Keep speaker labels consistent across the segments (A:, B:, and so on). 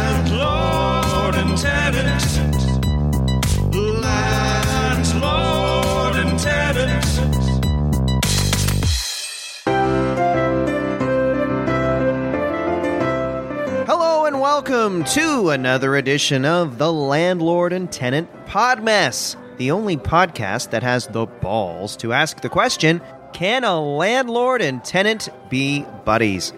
A: Landlord and tenant. Landlord and tenant.
B: Hello and welcome to another edition of the Landlord and Tenant Podmess, the only podcast that has the balls to ask the question Can a landlord and tenant be buddies?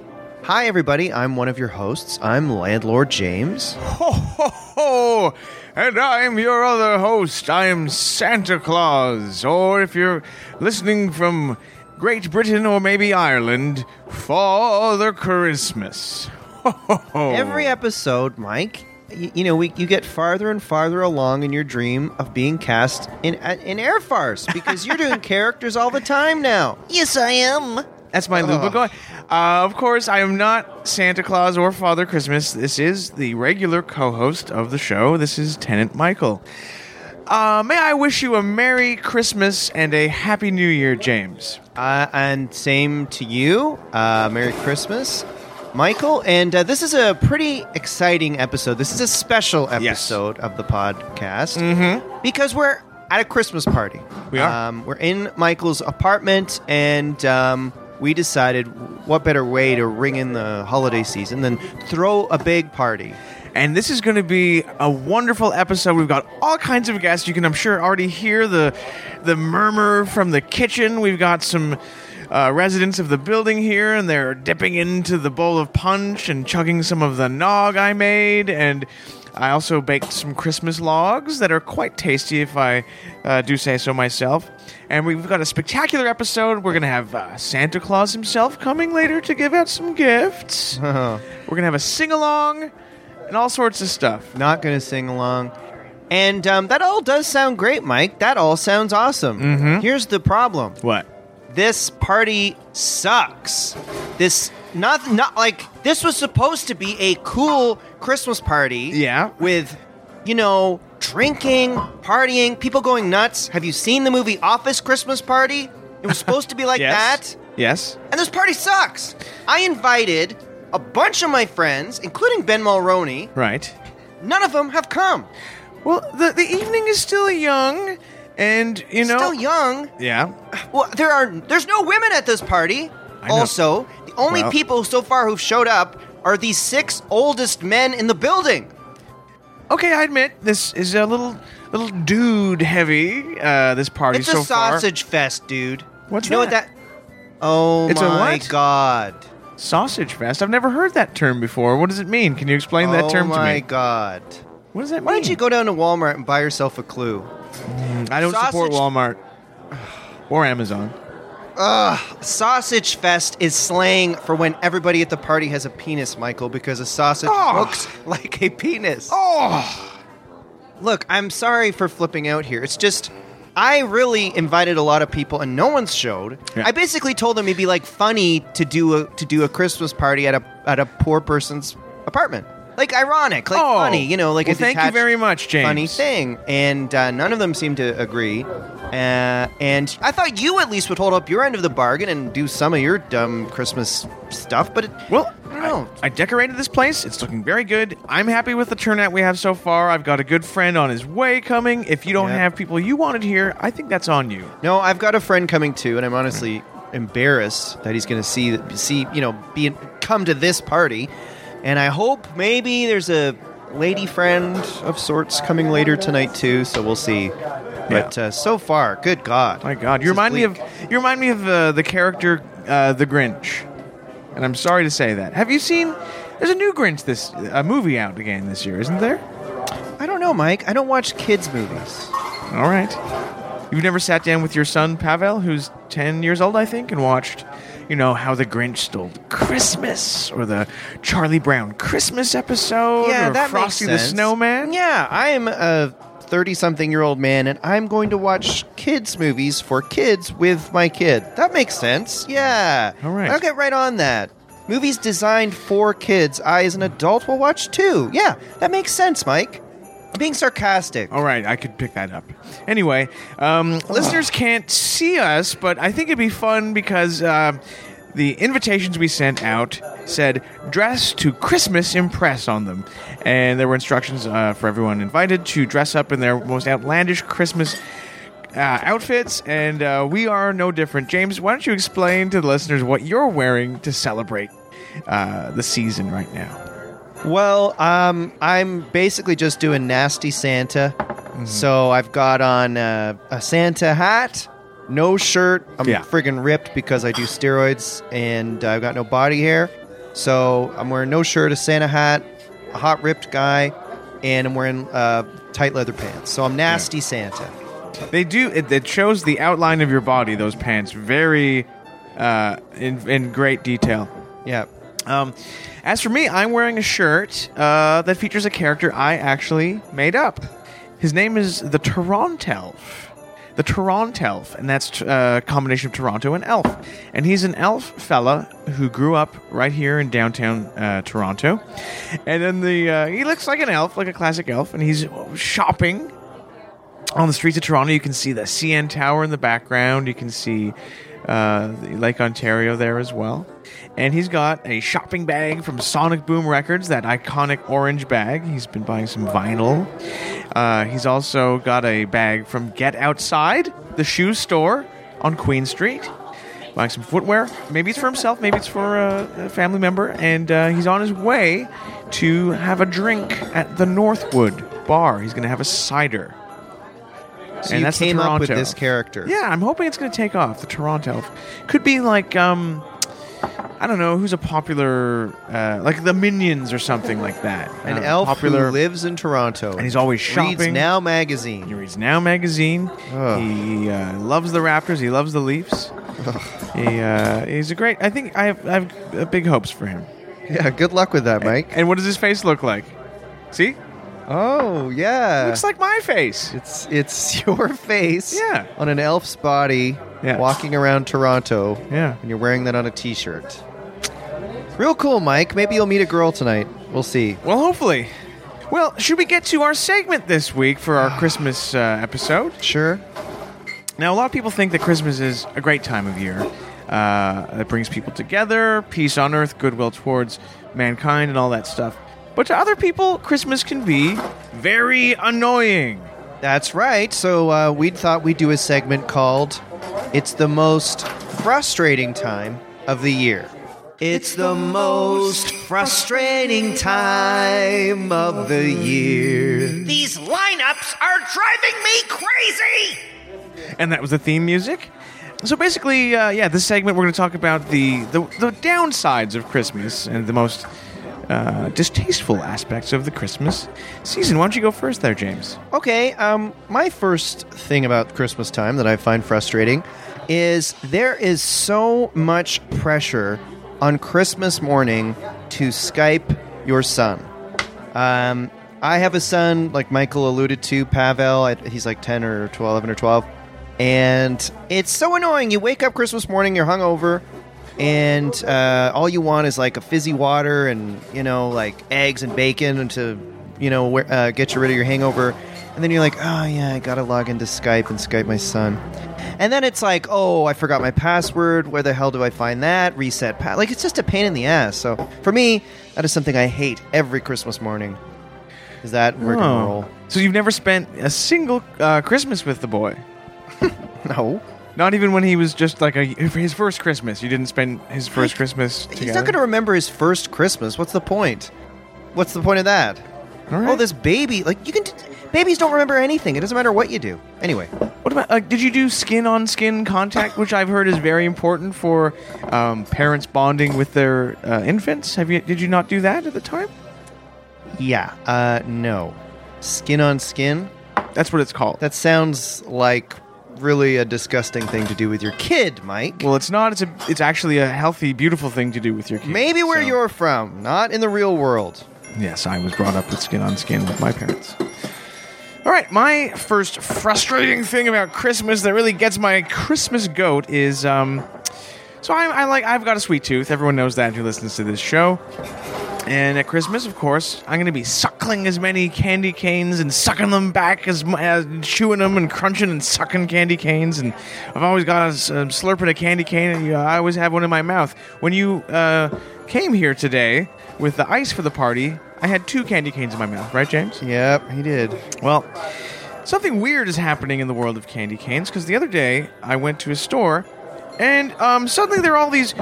B: Hi, everybody. I'm one of your hosts. I'm Landlord James.
C: Ho, ho, ho! And I'm your other host. I'm Santa Claus. Or if you're listening from Great Britain or maybe Ireland, Father Christmas. Ho, ho, ho.
B: Every episode, Mike, you, you know, we, you get farther and farther along in your dream of being cast in, in Air Farce because you're doing characters all the time now. Yes, I am.
C: That's my loop of going. Uh, of course, I am not Santa Claus or Father Christmas. This is the regular co host of the show. This is Tenant Michael. Uh, may I wish you a Merry Christmas and a Happy New Year, James.
B: Uh, and same to you. Uh, Merry Christmas, Michael. And uh, this is a pretty exciting episode. This is a special episode of the podcast because we're at a Christmas party.
C: Mm-hmm. We are.
B: Um, we're in Michael's apartment, and um, we decided what better way to ring in the holiday season than throw a big party.
C: And this is going to be a wonderful episode. We've got all kinds of guests. You can, I'm sure, already hear the the murmur from the kitchen. We've got some uh, residents of the building here, and they're dipping into the bowl of punch and chugging some of the nog I made. And I also baked some Christmas logs that are quite tasty, if I uh, do say so myself. And we've got a spectacular episode. We're going to have uh, Santa Claus himself coming later to give out some gifts. We're going to have a sing along and all sorts of stuff.
B: Not going to sing along. And um, that all does sound great, Mike. That all sounds awesome.
C: Mm-hmm.
B: Here's the problem.
C: What?
B: this party sucks. This not not like this was supposed to be a cool Christmas party.
C: Yeah.
B: With you know, drinking, partying, people going nuts. Have you seen the movie Office Christmas Party? It was supposed to be like
C: Yes.
B: that.
C: Yes.
B: And this party sucks. I invited a bunch of my friends, including Ben Mulroney.
C: Right.
B: None of them have come.
C: Well, the the evening is still young, and you know.
B: Still young.
C: Yeah.
B: Well, there are there's no women at this party.
C: I know.
B: Also, the only
C: Well-
B: people so far who've showed up are the six oldest men in the building.
C: Okay, I admit this is a little little dude heavy. Uh, this party
B: It's
C: so
B: a sausage fest, dude.
C: What's
B: you know what
C: that?
B: that? Oh
C: It's a
B: my
C: what?
B: god!
C: far. Sausage fest. I've never heard that term before. What does it mean? Can you explain
B: oh
C: that term to
B: my
C: me?
B: god!
C: What does that
B: Why
C: mean?
B: don't you go down to Walmart and buy yourself a clue?
C: I don't support
B: sausage-
C: Walmart or Amazon.
B: Sausage fest is slang for when everybody at the party has a penis, Michael, because a sausage
C: Oh.
B: looks like a penis.
C: Oh.
B: Look, I'm sorry for flipping out here. It's just I really invited a lot of people and no one's showed.
C: Yeah.
B: I basically told them it'd be like funny to do a to do a Christmas party at a at a poor person's apartment. Like ironic, like
C: Oh.
B: funny, you know, like
C: Well,
B: a
C: thank you
B: detached,
C: very much, James.
B: Funny thing, and uh, none of them seem to agree. Uh, and I thought you at least would hold up your end of the bargain and do some of your dumb Christmas stuff, but it,
C: Well,
B: I don't know.
C: I, decorated this place. It's looking very good. I'm happy with the turnout we have so far. I've got a good friend on his way coming. If you don't
B: Yeah.
C: have people you wanted here, I think that's on you.
B: No, I've got a friend coming too, and I'm honestly embarrassed that he's going to see see you know be come to this party, and I hope maybe there's a lady friend of sorts coming later tonight too. So we'll see. But uh, so far, good God,
C: My God, you
B: This is
C: remind me of
B: bleak.
C: you remind me of uh, the character uh, the Grinch, and I'm sorry to say that. Have you seen? There's a new Grinch this a movie out again this year, isn't there?
B: I don't know, Mike. I don't watch kids movies.
C: All right. You've never sat down with your son Pavel, who's ten years old, I think, and watched, you know, how the Grinch stole Christmas or the Charlie Brown Christmas episode
B: yeah,
C: or
B: that
C: Frosty
B: makes sense.
C: the Snowman.
B: Yeah, I am a thirty-something-year-old man, and I'm going to watch kids' movies for kids with my kid. That makes sense. Yeah.
C: All right.
B: I'll get right on that. Movies designed for kids, I as an adult will watch too. Yeah, that makes sense, Mike. I'm being sarcastic.
C: All right, I could pick that up. Anyway, um, listeners can't see us, but I think it'd be fun because uh, the invitations we sent out said dress to Christmas impress on them. And there were instructions uh, for everyone invited to dress up in their most outlandish Christmas uh, outfits, and uh, we are no different. James, why don't you explain to the listeners what you're wearing to celebrate uh, the season right now?
B: Well, um, I'm basically just doing nasty Santa.
C: Mm-hmm.
B: So I've got on uh, a Santa hat, no shirt. I'm
C: Yeah.
B: friggin' ripped because I do steroids and I've got no body hair. So I'm wearing no shirt, a Santa hat, a hot ripped guy, and I'm wearing uh, tight leather pants. So I'm nasty Santa.
C: They do. It, it shows the outline of your body. Those pants, very uh, in in great detail.
B: Yeah.
C: Um, as for me, I'm wearing a shirt uh, that features a character I actually made up. His name is the Torontelf. The Torontelf, and that's t- uh, a combination of Toronto and elf. And he's an elf fella who grew up right here in downtown uh, Toronto. And then the uh, he looks like an elf, like a classic elf, and he's shopping on the streets of Toronto, you can see the CN Tower in the background. You can see uh, Lake Ontario there as well. And he's got a shopping bag from Sonic Boom Records, that iconic orange bag. He's been buying some vinyl. Uh, he's also got a bag from Get Outside, the shoe store on Queen Street. Buying some footwear. Maybe it's for himself, maybe it's for a, a family member. And uh, he's on his way to have a drink at the Northwood Bar. He's going to have a cider.
B: So
C: And
B: you
C: that's the
B: came up with
C: Toronto.
B: this character.
C: Yeah, I'm hoping it's going to take off. The Toronto elf. could be like um, I don't know who's a popular uh, like the Minions or something like that.
B: An
C: Uh,
B: elf
C: popular,
B: who lives in Toronto.
C: and he's always shopping.
B: Reads Now
C: He
B: magazine.
C: reads Now magazine.
B: Ugh.
C: He uh, loves the Raptors. He loves the Leafs. He uh, he's a great. I think I have I have uh, big hopes for him.
B: Yeah, good luck with that, Mike.
C: And what does his face look like? See,
B: Oh, yeah.
C: looks like my face.
B: It's it's your face
C: Yeah.
B: on an elf's body
C: Yeah.
B: walking around Toronto
C: Yeah.
B: and you're wearing that on a t-shirt. Real cool, Mike. Maybe you'll meet a girl tonight. We'll see.
C: Well, hopefully. Well, should we get to our segment this week for our Christmas uh, episode?
B: Sure.
C: Now, a lot of people think that Christmas is a great time of year. Uh, it brings people together, peace on earth, goodwill towards mankind, and all that stuff. But to other people, Christmas can be very annoying.
B: That's right. So uh, we thought we'd do a segment called "It's the most frustrating time of the year." It's the most frustrating time of the year.
D: These lineups are driving me crazy!
C: and that was the theme music. So basically, uh, yeah, this segment we're going to talk about the, the the downsides of Christmas and the most uh, distasteful aspects of the Christmas season. Why don't you go first, there, James?
B: Okay, um, my first thing about Christmas time that I find frustrating is there is so much pressure on Christmas morning to Skype your son. Um, I have a son, like Michael alluded to, Pavel. I, he's like 10 or 12, 11 or 12. And it's so annoying. You wake up Christmas morning, you're hungover, and uh, all you want is like a fizzy water and, you know, like eggs and bacon and to, you know, where, uh, get you rid of your hangover. And then you're like, oh, yeah, I gotta log into Skype and Skype my son. And then it's like, oh, I forgot my password. Where the hell do I find that? Reset pa Like, it's just a pain in the ass. So for me, that is something I hate every Christmas morning. Is that we're
C: Oh.
B: gonna roll?
C: So you've never spent a single uh, Christmas with the boy.
B: No,
C: Not even when he was just like a, for his first Christmas. You didn't spend his first Christmas together.
B: he's not gonna remember his first Christmas. What's the point? What's the point of that?
C: All right.
B: Oh, this baby! Like you can, t- babies don't remember anything. It doesn't matter what you do. Anyway,
C: What about? Uh, did you do skin on skin contact, which I've heard is very important for um, parents bonding with their uh, infants? Have you? Did you not do that at the time?
B: yeah, uh, no, skin on skin.
C: That's what it's called.
B: That sounds like really a disgusting thing to do with your kid, Mike.
C: well, it's not. It's a. It's actually a healthy, beautiful thing to do with your kids.
B: Maybe where
C: so-
B: you're from, not in the real world.
C: Yes, I was brought up with skin on skin with my parents. All right, my first frustrating thing about Christmas that really gets my Christmas goat is um. So I, I like I've got a sweet tooth. Everyone knows that who listens to this show. And at Christmas, of course, I'm going to be suckling as many candy canes and sucking them back as, mu- as chewing them and crunching and sucking candy canes. And I've always got a s- um, slurping a candy cane, and you know, I always have one in my mouth. When you uh, came here today with the ice for the party, I had two candy canes in my mouth, right, James?
B: Yep, he did.
C: Well, something weird is happening in the world of candy canes because the other day I went to a store and um, suddenly there are all these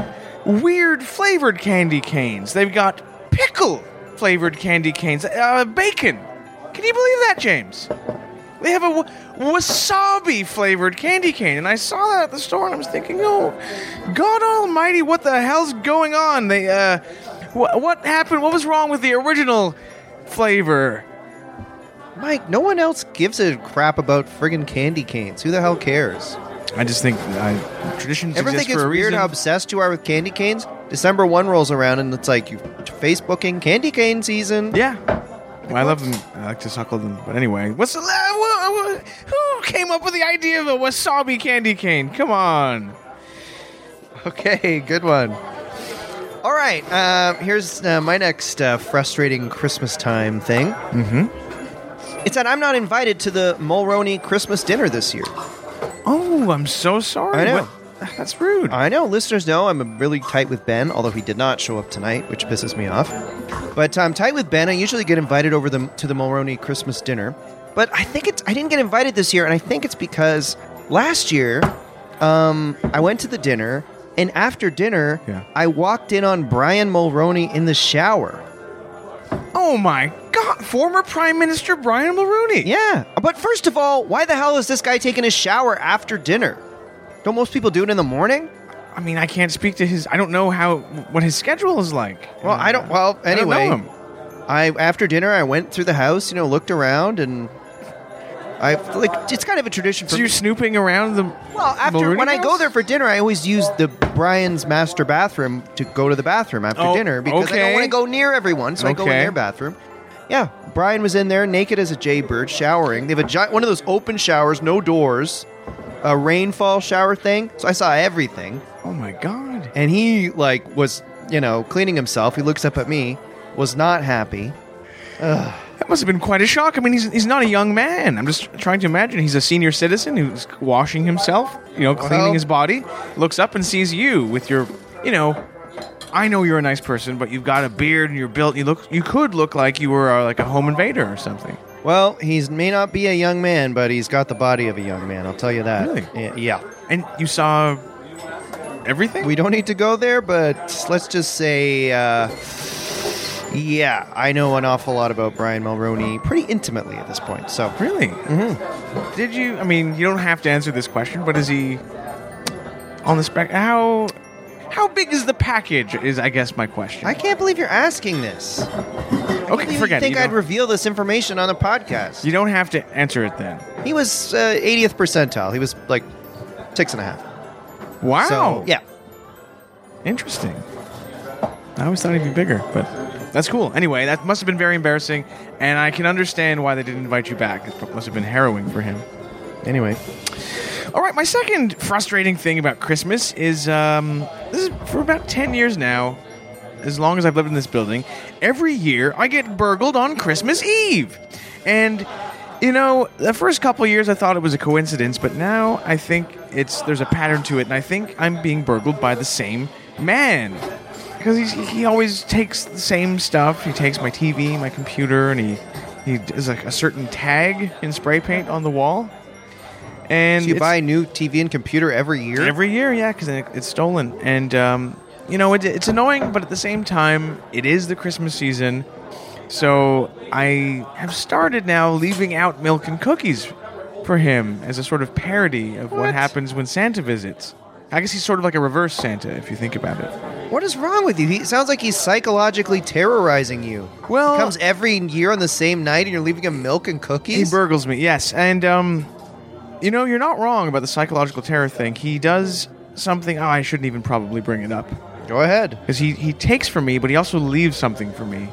C: weird flavored candy canes. They've got pickle flavored candy canes, uh, bacon. Can you believe that, James? They have a wa- wasabi flavored candy cane, and I saw that at the store, and I was thinking, "Oh, God Almighty, what the hell's going on? They, uh, wh- what happened? What was wrong with the original flavor?"
B: Mike, no one else gives a crap about friggin' candy canes. Who the hell cares?
C: I just think I, traditions
B: Ever
C: exist
B: think it's
C: for a
B: weird
C: reason.
B: how obsessed you are with candy canes? December 1 rolls around and it's like you Facebooking candy cane season.
C: yeah, Well, I love them. I like to suckle them. But anyway, what's the, uh, wha- wha- who came up with the idea of a wasabi candy cane? Come on.
B: Okay, good one. All right, uh, here's uh, my next uh, frustrating Christmas time thing. Mm-hmm. It's that I'm not invited to the Mulroney Christmas dinner this year.
C: Oh, I'm so sorry.
B: I know.
C: What- That's rude.
B: I know listeners know I'm really tight with Ben, although he did not show up tonight, which pisses me off. But I'm tight with Ben. I usually get invited over the, to the Mulroney Christmas dinner, but I think it's I didn't get invited this year, and I think it's because last year um, I went to the dinner, and after dinner
C: Yeah.
B: I walked in on Brian Mulroney in the shower.
C: oh my God! Former Prime Minister Brian Mulroney.
B: Yeah, but first of all, why the hell is this guy taking a shower after dinner? Don't most people do it in the morning?
C: I mean, I can't speak to his. I don't know how what his schedule is like.
B: Well, I don't. Well,
C: I don't know
B: anyway,
C: him.
B: I after dinner I went through the house, you know, looked around, and I like it's kind of a tradition for.
C: So you're snooping around the.
B: well, after
C: Mulroney
B: when I go
C: house?
B: there for dinner, I always use the Brian's master bathroom to go to the bathroom after
C: Oh,
B: dinner because I don't
C: okay.
B: want to go near everyone, so I go in
C: Okay.
B: their bathroom. Yeah, Brian was in there naked as a jaybird, showering. They have a giant one of those open showers, no doors, a rainfall shower thing. So I saw everything
C: Oh my God!
B: and he like was you know cleaning himself he looks up at me was not happy
C: That must have been quite a shock. I mean, he's, he's not a young man. I'm just trying to imagine. He's a senior citizen who's washing himself, you know, cleaning
B: Well-
C: his body, looks up and sees you with your, you know, I know you're a nice person, but you've got a beard and you're built. You look, you could look like you were uh, like a home invader or something.
B: well he's may not be a young man but he's got the body of a young man i'll tell you that
C: Really?
B: Y- yeah
C: And you saw everything.
B: we don't need to go there but let's just say uh, yeah i know an awful lot about brian mulroney pretty intimately at this point so
C: really? Mm-hmm. Did you? I mean, you don't have to answer this question, but is he on the spec? How how big is the package? Is I guess my question.
B: i can't believe you're asking this i can't
C: okay,
B: believe
C: forget
B: you
C: it.
B: think
C: You
B: i'd
C: don't-
B: reveal this information on the podcast
C: You don't have to answer it then.
B: he was uh, 80th percentile he was like six and a half
C: Wow.
B: so yeah
C: Interesting. I always thought he'd be bigger, but that's cool. Anyway, that must have been very embarrassing, and I can understand why they didn't invite you back. It must have been harrowing for him.
B: anyway
C: All right, my second frustrating thing about Christmas is um, this is for about 10 years now, as long as I've lived in this building, every year I get burgled on Christmas Eve. And you know, the first couple years I thought it was a coincidence, but now I think it's there's a pattern to it and I think I'm being burgled by the same man. Cuz he he always takes the same stuff. He takes my TV, my computer, and he he does like a certain tag in spray paint on the wall. And
B: Do you
C: it's-
B: buy a new TV and computer every year?
C: Every year, yeah, because it's stolen. And, um, you know, it, it's annoying, but at the same time, it is the Christmas season. So I have started now leaving out milk and cookies for him as a sort of parody of what,
B: What?
C: happens when Santa visits. I guess he's sort of like a reverse Santa, if you think about it.
B: what is wrong with you? He it sounds like he's psychologically terrorizing you.
C: Well-
B: he comes every year on the same night, and you're leaving him milk and
C: He
B: cookies.
C: burgles me, yes. And, um, you know, you're not wrong about the psychological terror thing. He does something. Oh, I shouldn't even probably bring it up.
B: Go ahead.
C: because he, he takes from me, but he also leaves something for me.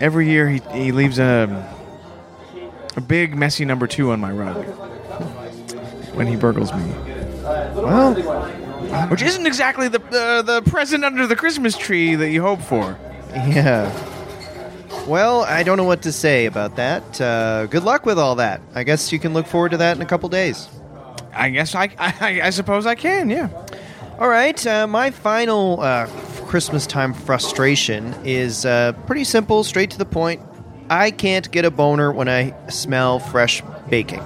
C: Every year he, he leaves a a big messy number two on my rug when he burgles me,
B: Well,
C: which isn't exactly the uh, the present under the Christmas tree that you hope for.
B: Yeah. Well, I don't know what to say about that. Uh, good luck with all that. I guess you can look forward to that in a couple days.
C: I guess I, I, I suppose I can. Yeah.
B: All right, uh, my final uh, Christmas time frustration is uh, pretty simple, straight to the point. I can't get a boner when I smell fresh baking.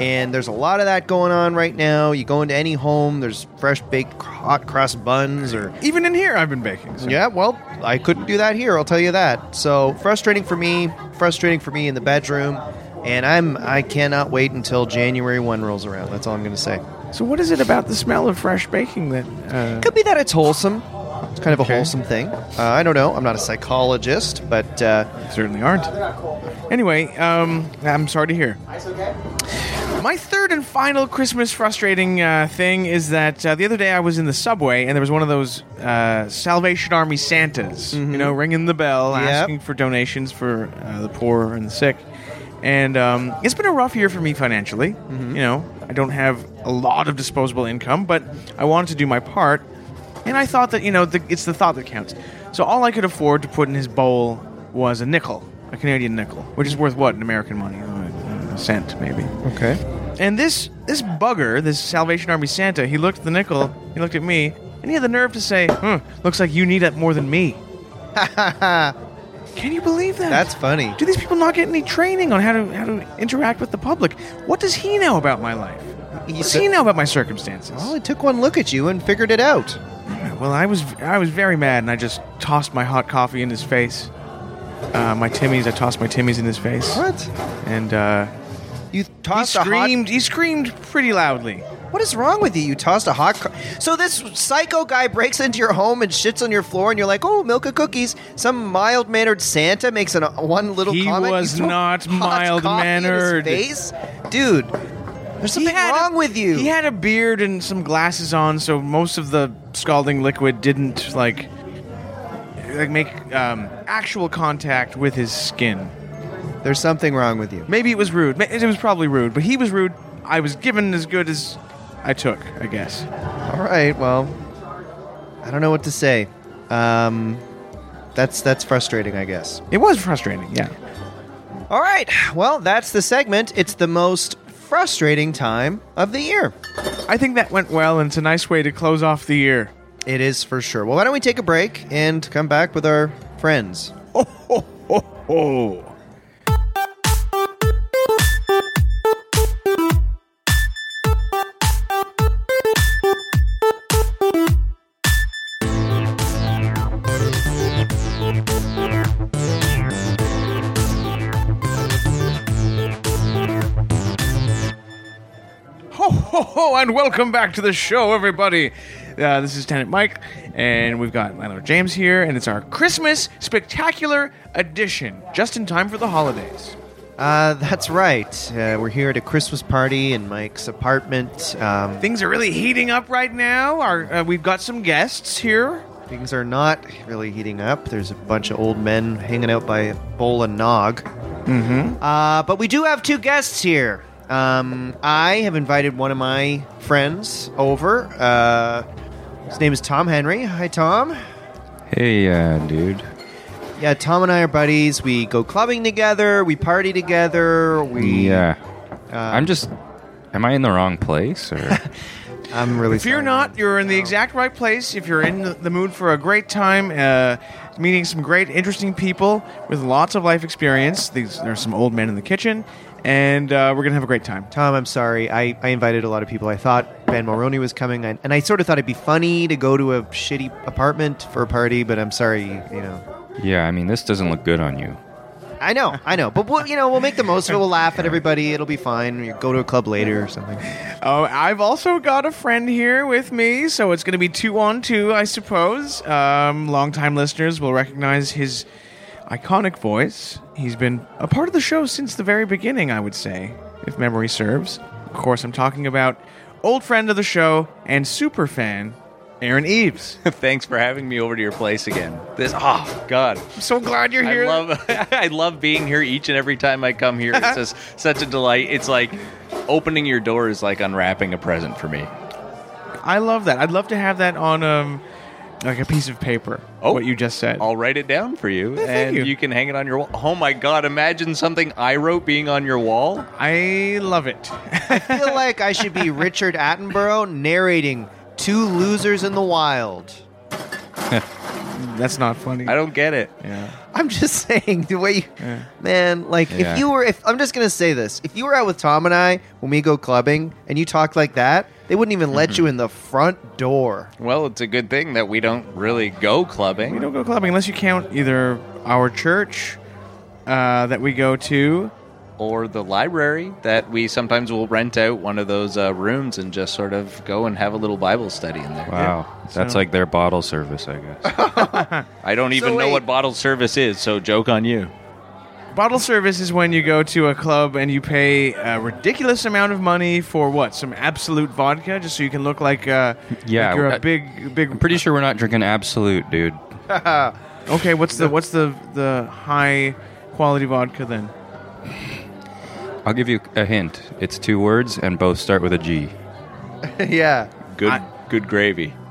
B: And there's a lot of that going on right now. You go into any home, there's fresh baked hot cross buns or
C: Even in here, I've been baking. so-
B: yeah, well, I couldn't do that here. I'll tell you that. So frustrating for me. Frustrating for me in the bedroom, and I'm I cannot wait until January one rolls around. That's all I'm going to say.
C: So what is it about the smell of fresh baking that? Uh,
B: Could be that it's wholesome. It's kind of a
C: Okay.
B: wholesome thing. Uh, I don't know. I'm not a psychologist, but uh,
C: certainly aren't. Anyway, um, I'm sorry to hear. My third and final Christmas frustrating uh, thing is that uh, the other day I was in the subway and there was one of those uh, Salvation Army Santas, you know, ringing the bell,
B: Yep.
C: asking for donations for uh, the poor and the sick. And um, it's been a rough year for me financially. You know, I don't have a lot of disposable income, but I wanted to do my part. And I thought that, you know, the, it's the thought that counts. So all I could afford to put in his bowl was a nickel, a Canadian nickel, which is worth what in American money? Uh, A cent, maybe.
B: okay.
C: And this this bugger, this Salvation Army Santa, he looked at the nickel, he looked at me, and he had the nerve to say, hmm, looks like you need it more than me. Can you believe that?
B: That's funny.
C: Do these people not get any training on how to how to interact with the public? What does he know about my life? What does he know about my circumstances?
B: Well, it took one look at you and figured it out.
C: Well, I was I was very mad, and I just tossed my hot coffee in his face. Uh, my Timmy's, I tossed my Timmy's in his face,
B: What?
C: and uh,
B: You
C: he
B: tossed a
C: screamed. He screamed pretty loudly.
B: hot. What is wrong with you? You tossed a hot. Co- so this psycho guy breaks into your home and shits on your floor, and you're like, "Oh, milk of cookies." Some mild mannered Santa makes an, one little
C: He
B: comment. You
C: was
B: throw
C: not
B: hot coffee in his
C: mild-mannered.
B: Face, dude. There's something
C: had a-
B: wrong with you.
C: He had a beard and some glasses on, so most of the scalding liquid didn't like like make um, actual contact with his skin.
B: There's something wrong with you.
C: Maybe it was rude. Ma- It was probably rude, but he was rude. I was given as good as I took, I guess.
B: All right. Well, I don't know what to say. Um, that's that's frustrating, I guess.
C: It was frustrating. Yeah.
B: All right. Well, that's the segment. It's the most frustrating time of the year.
C: I think that went well, and it's a nice way to close off the year.
B: It is for sure. Well, why don't we take a break and come back with our friends?
C: Oh. Ho, ho, ho, and welcome back to the show, everybody. Uh, this is Tenant Mike, and we've got Lionel James here, and it's our Christmas Spectacular Edition, just in time for the holidays.
B: Uh, that's right. Uh, we're here at a Christmas party in Mike's apartment. Um,
C: Things are really heating up right now. Our, uh, we've got some guests here.
B: things are not really heating up. There's a bunch of old men hanging out by a bowl of nog.
C: Mm-hmm.
B: Uh, but we do have two guests here. Um, I have invited one of my friends over. Uh, his name is Tom Henry. Hi, Tom.
E: Hey, uh, dude.
B: Yeah, Tom and I are buddies. We go clubbing together. We party together. We.
E: Yeah. Uh, I'm just. Am I in the wrong place? Or
B: I'm really.
C: If you're
B: sorry.
C: not, you're in the exact right place. If you're in the mood for a great time, uh, meeting some great, interesting people with lots of life experience. These, there's some old men in the kitchen, and uh, we're gonna have a great time.
B: Tom, I'm sorry. I, I invited a lot of people. I thought Ben Mulroney was coming, and, and I sort of thought it'd be funny to go to a shitty apartment for a party. But I'm sorry, you know.
E: yeah, I mean, this doesn't look good on you.
B: I know, I know. But we'll, you know, we'll make the most of it. We'll laugh at everybody. It'll be fine. We go to a club later or something.
C: Oh, I've also got a friend here with me, so it's going to be two on two, I suppose. Um, longtime listeners will recognize his iconic voice. He's been a part of the show since the very beginning, I would say, if memory serves. Of course, I'm talking about old friend of the show and super fan, Aaron Eves.
F: Thanks for having me over to your place again. This oh god.
C: I'm so glad you're
F: I
C: here.
F: love I love being here each and every time I come here. It's just such a delight. It's like opening your door is like unwrapping a present for me.
C: I love that. I'd love to have that on um, like a piece of paper.
F: Oh.
C: what you just said.
F: I'll write it down for you,
C: thank
F: and
C: you.
F: you. can hang it on your wall. Oh my God! Imagine something I wrote being on your wall.
C: I love it.
B: I feel like I should be Richard Attenborough narrating Two Losers in the Wild.
C: That's not funny.
F: I don't get it.
C: Yeah.
B: I'm just saying the way you, man. Like
E: Yeah.
B: if you were, if I'm just gonna say this, if you were out with Tom and I when we go clubbing and you talked like that, they wouldn't even let you in the front door.
F: Well, it's a good thing that we don't really go clubbing.
C: We don't go clubbing unless you count either our church uh, that we go to.
F: or the library that we sometimes will rent out one of those uh, rooms and just sort of go and have a little Bible study in there.
E: Wow, that's
C: So-
E: like their bottle service, I guess.
F: I don't even know
B: wait.
F: what bottled service is, so joke on you.
C: Bottle service is when you go to a club and you pay a ridiculous amount of money for what? Some absolute vodka, just so you can look like, uh,
E: Yeah,
C: like you're a
E: I-
C: big, big.
E: I'm pretty sure we're not drinking absolute, dude.
C: Okay, what's the what's the the high quality vodka then?
E: I'll give you a hint. It's two words and both start with a G.
B: yeah,
F: Good,
C: I-
F: good gravy.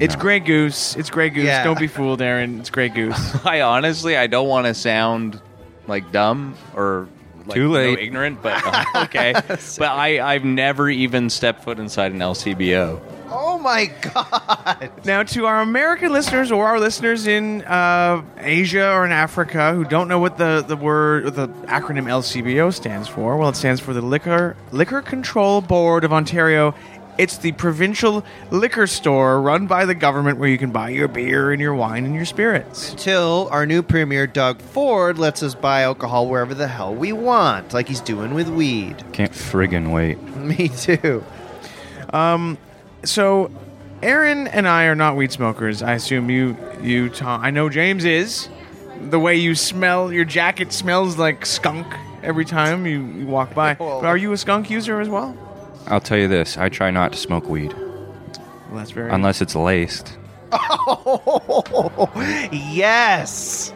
C: It's Grey Goose. It's Grey Goose.
B: Yeah.
C: Don't be fooled, Aaron. It's Grey Goose.
F: I honestly, I don't want to sound like dumb or like,
E: Too
F: you know,
E: late.
F: ignorant, but uh, okay. but I, I've never even stepped foot inside an LCBO.
B: Oh my god!
C: now, to our American listeners or our listeners in uh, Asia or in Africa who don't know what the the word or the acronym LCBO stands for, well, it stands for the Liquor Liquor Control Board of Ontario. It's the provincial liquor store run by the government where you can buy your beer and your wine and your spirits.
B: Till our new premier Doug Ford lets us buy alcohol wherever the hell we want, like he's doing with weed.
E: Can't friggin' wait.
B: Me too.
C: So, Aaron and I are not weed smokers. I assume you, you, Tom. I know James is. The way you smell, your jacket smells like skunk every time you, you walk by. But are you a skunk user as well?
E: I'll tell you this: I try not to smoke weed
C: Well, that's very.
E: unless it's laced.
B: yes.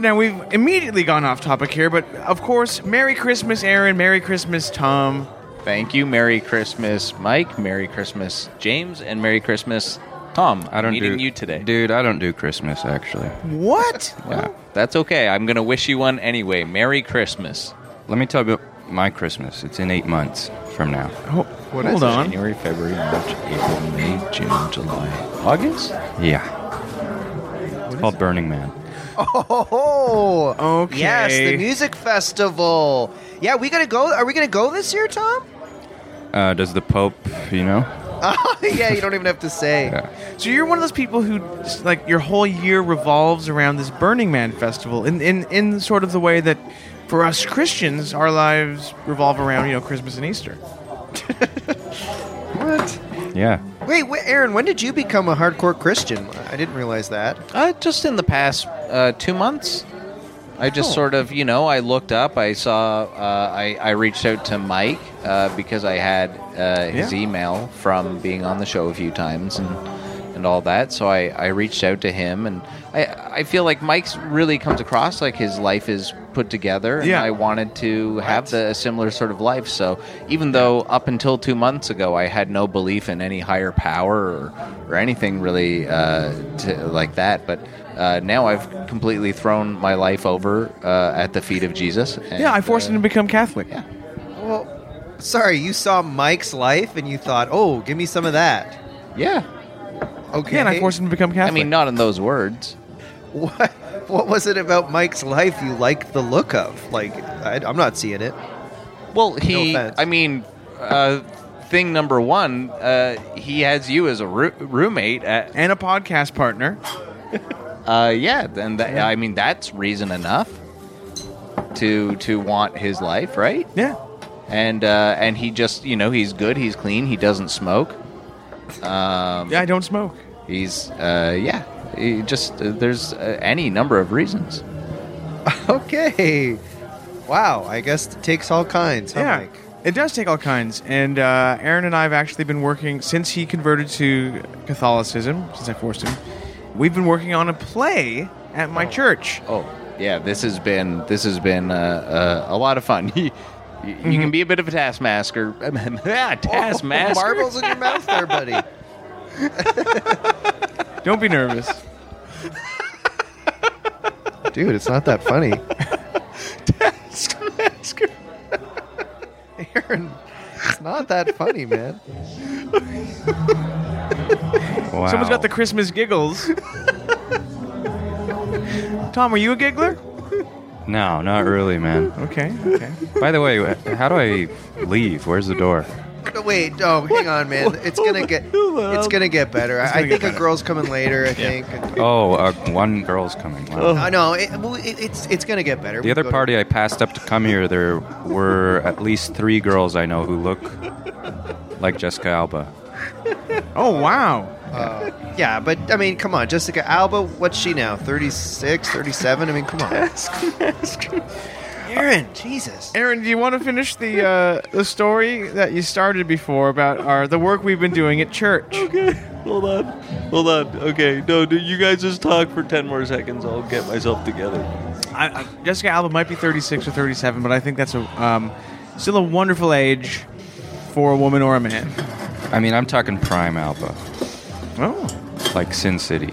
C: now we've immediately gone off topic here, but of course, Merry Christmas, Aaron. Merry Christmas, Tom.
F: Thank you. Merry Christmas, Mike. Merry Christmas, James, and Merry Christmas, Tom.
E: I don't
F: meeting
E: do
F: you today.
E: dude. I don't do Christmas actually.
C: What?
F: Yeah, that's okay. I'm gonna wish you one anyway. Merry Christmas.
E: Let me tell you about my Christmas. It's in eight months from now.
C: Ho- hold on.
F: January, February, March, April, May, June, July, August.
E: Yeah, it's called Burning Man.
B: Oh.
C: Okay.
B: Yes, the music festival. Yeah, we gonna go. Are we gonna go this year, Tom?
E: Uh, does the Pope, you know?
B: yeah, you don't even have to say.
C: So you're one of those people who, like, your whole year revolves around this Burning Man festival, in in in sort of the way that, for us Christians, our lives revolve around you know Christmas and Easter.
B: What?
E: Yeah.
B: Wait, wait, Aaron, when did you become a hardcore Christian? I didn't realize that.
F: Uh, just in the past uh, two months, I just sort of, you know, I looked up. I saw. Uh, I I reached out to Mike uh, because I had uh, his
C: Yeah.
F: email from being on the show a few times and and all that. So I I reached out to him and. I, I feel like Mike's really comes across like his life is put together, and
C: Yeah.
F: I wanted to have the, a similar sort of life. So even though up until two months ago I had no belief in any higher power or, or anything really uh, to, like that, but uh, now I've completely thrown my life over uh, at the feet of Jesus. and,
C: yeah, I forced
F: uh,
C: him to become Catholic.
F: yeah.
B: Well, sorry, you saw Mike's life and you thought, oh, give me some of that.
F: uh, Yeah,
B: Okay.
C: Yeah, and I forced him to become
F: I
C: Catholic.
F: mean not in those words.
B: What, what was it about Mike's life you liked the look of? Like, I, I'm not seeing it.
F: Well, he.
B: offense.
F: I mean, uh, thing number one, uh, he has you as a roo- roommate at,
C: and a podcast partner.
F: Uh, yeah, and that, I mean that's reason enough to to want his life, right?
C: Yeah.
F: And uh, and he just you know he's good, he's clean, he doesn't smoke. Um,
C: Yeah, I don't smoke.
F: he's uh, yeah, he just uh, there's uh, any number of reasons.
B: Okay. Wow, I guess it takes all kinds, huh,
C: yeah.
B: Mike?
C: It does take all kinds, and uh, Aaron and I have actually been working since he converted to Catholicism. Since I forced him, we've been working on a play at my church.
F: Oh yeah, this has been this has been uh, uh, a lot of fun. you you can be a bit of a Mm-hmm. Ah, taskmaster. taskmaster.
B: Marbles in your mouth there, buddy.
C: Don't be nervous.
G: Dude, it's not that funny. Aaron, it's not that funny, man.
E: Wow.
C: Someone's got the Christmas giggles. Tom, are you a giggler?
E: No, not really, man.
C: Okay. Okay.
E: By the way, how do I leave? Where's the door?
B: No, wait, oh, hang on, man. It's gonna get it's gonna get better. I, I
C: gonna get
B: think a
C: better.
B: girl's coming later. I think.
E: Oh, uh, one girl's coming.
C: Oh,
E: Wow.
B: Uh, no, it, well, it, it's it's gonna get better.
E: The other
B: Go-
E: party I passed up to come here, there were at least three girls I know who look like Jessica Alba.
C: Oh wow.
B: Yeah, but I mean, come on, Jessica Alba. What's she now? 36, 37? I mean, come on. Aaron, Jesus.
C: Aaron, do you want to finish the uh, the story that you started before about our the work we've been doing at church?
H: Okay, hold on. Hold on. Okay, no, dude, you guys just talk for 10 more seconds. I'll get myself together.
C: I, I, Jessica Alba might be 36 or 37, but I think that's a um, still a wonderful age for a woman or a man.
E: I mean, I'm talking prime Alba,
C: Oh.
E: like Sin City.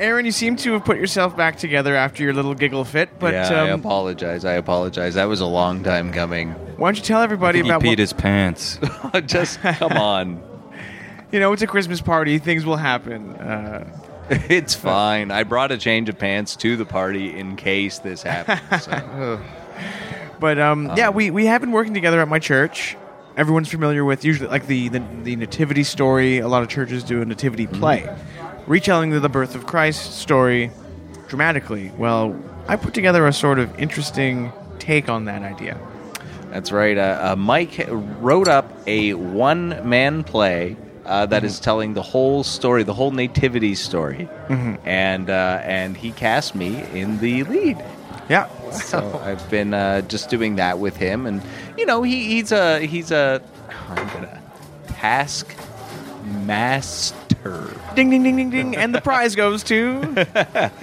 C: Aaron, you seem to have put yourself back together after your little giggle fit, but
F: yeah, I
C: um,
F: apologize. I apologize. That was a long time coming.
C: why don't you tell everybody
E: He
C: about
E: peed
C: what,
E: his pants.
F: Just come on.
C: you know it's a Christmas party, things will happen. Uh,
F: It's fine. I brought a change of pants to the party in case this happens. So.
C: But um,
F: Uh.
C: yeah, we, we have been working together at my church. Everyone's familiar with usually like the, the the nativity story. A lot of churches do a nativity
F: Mm-hmm.
C: play, retelling the, the birth of Christ story dramatically. Well, I put together a sort of interesting take on that idea.
F: That's right. Uh, uh, Mike wrote up a one man play uh, that is telling the whole story, the whole nativity story, and uh, and he cast me in the lead.
C: Yeah,
F: So I've been uh, just doing that with him, and you know he, he's a he's a I'm gonna task master.
C: ding ding ding ding ding, and the prize goes to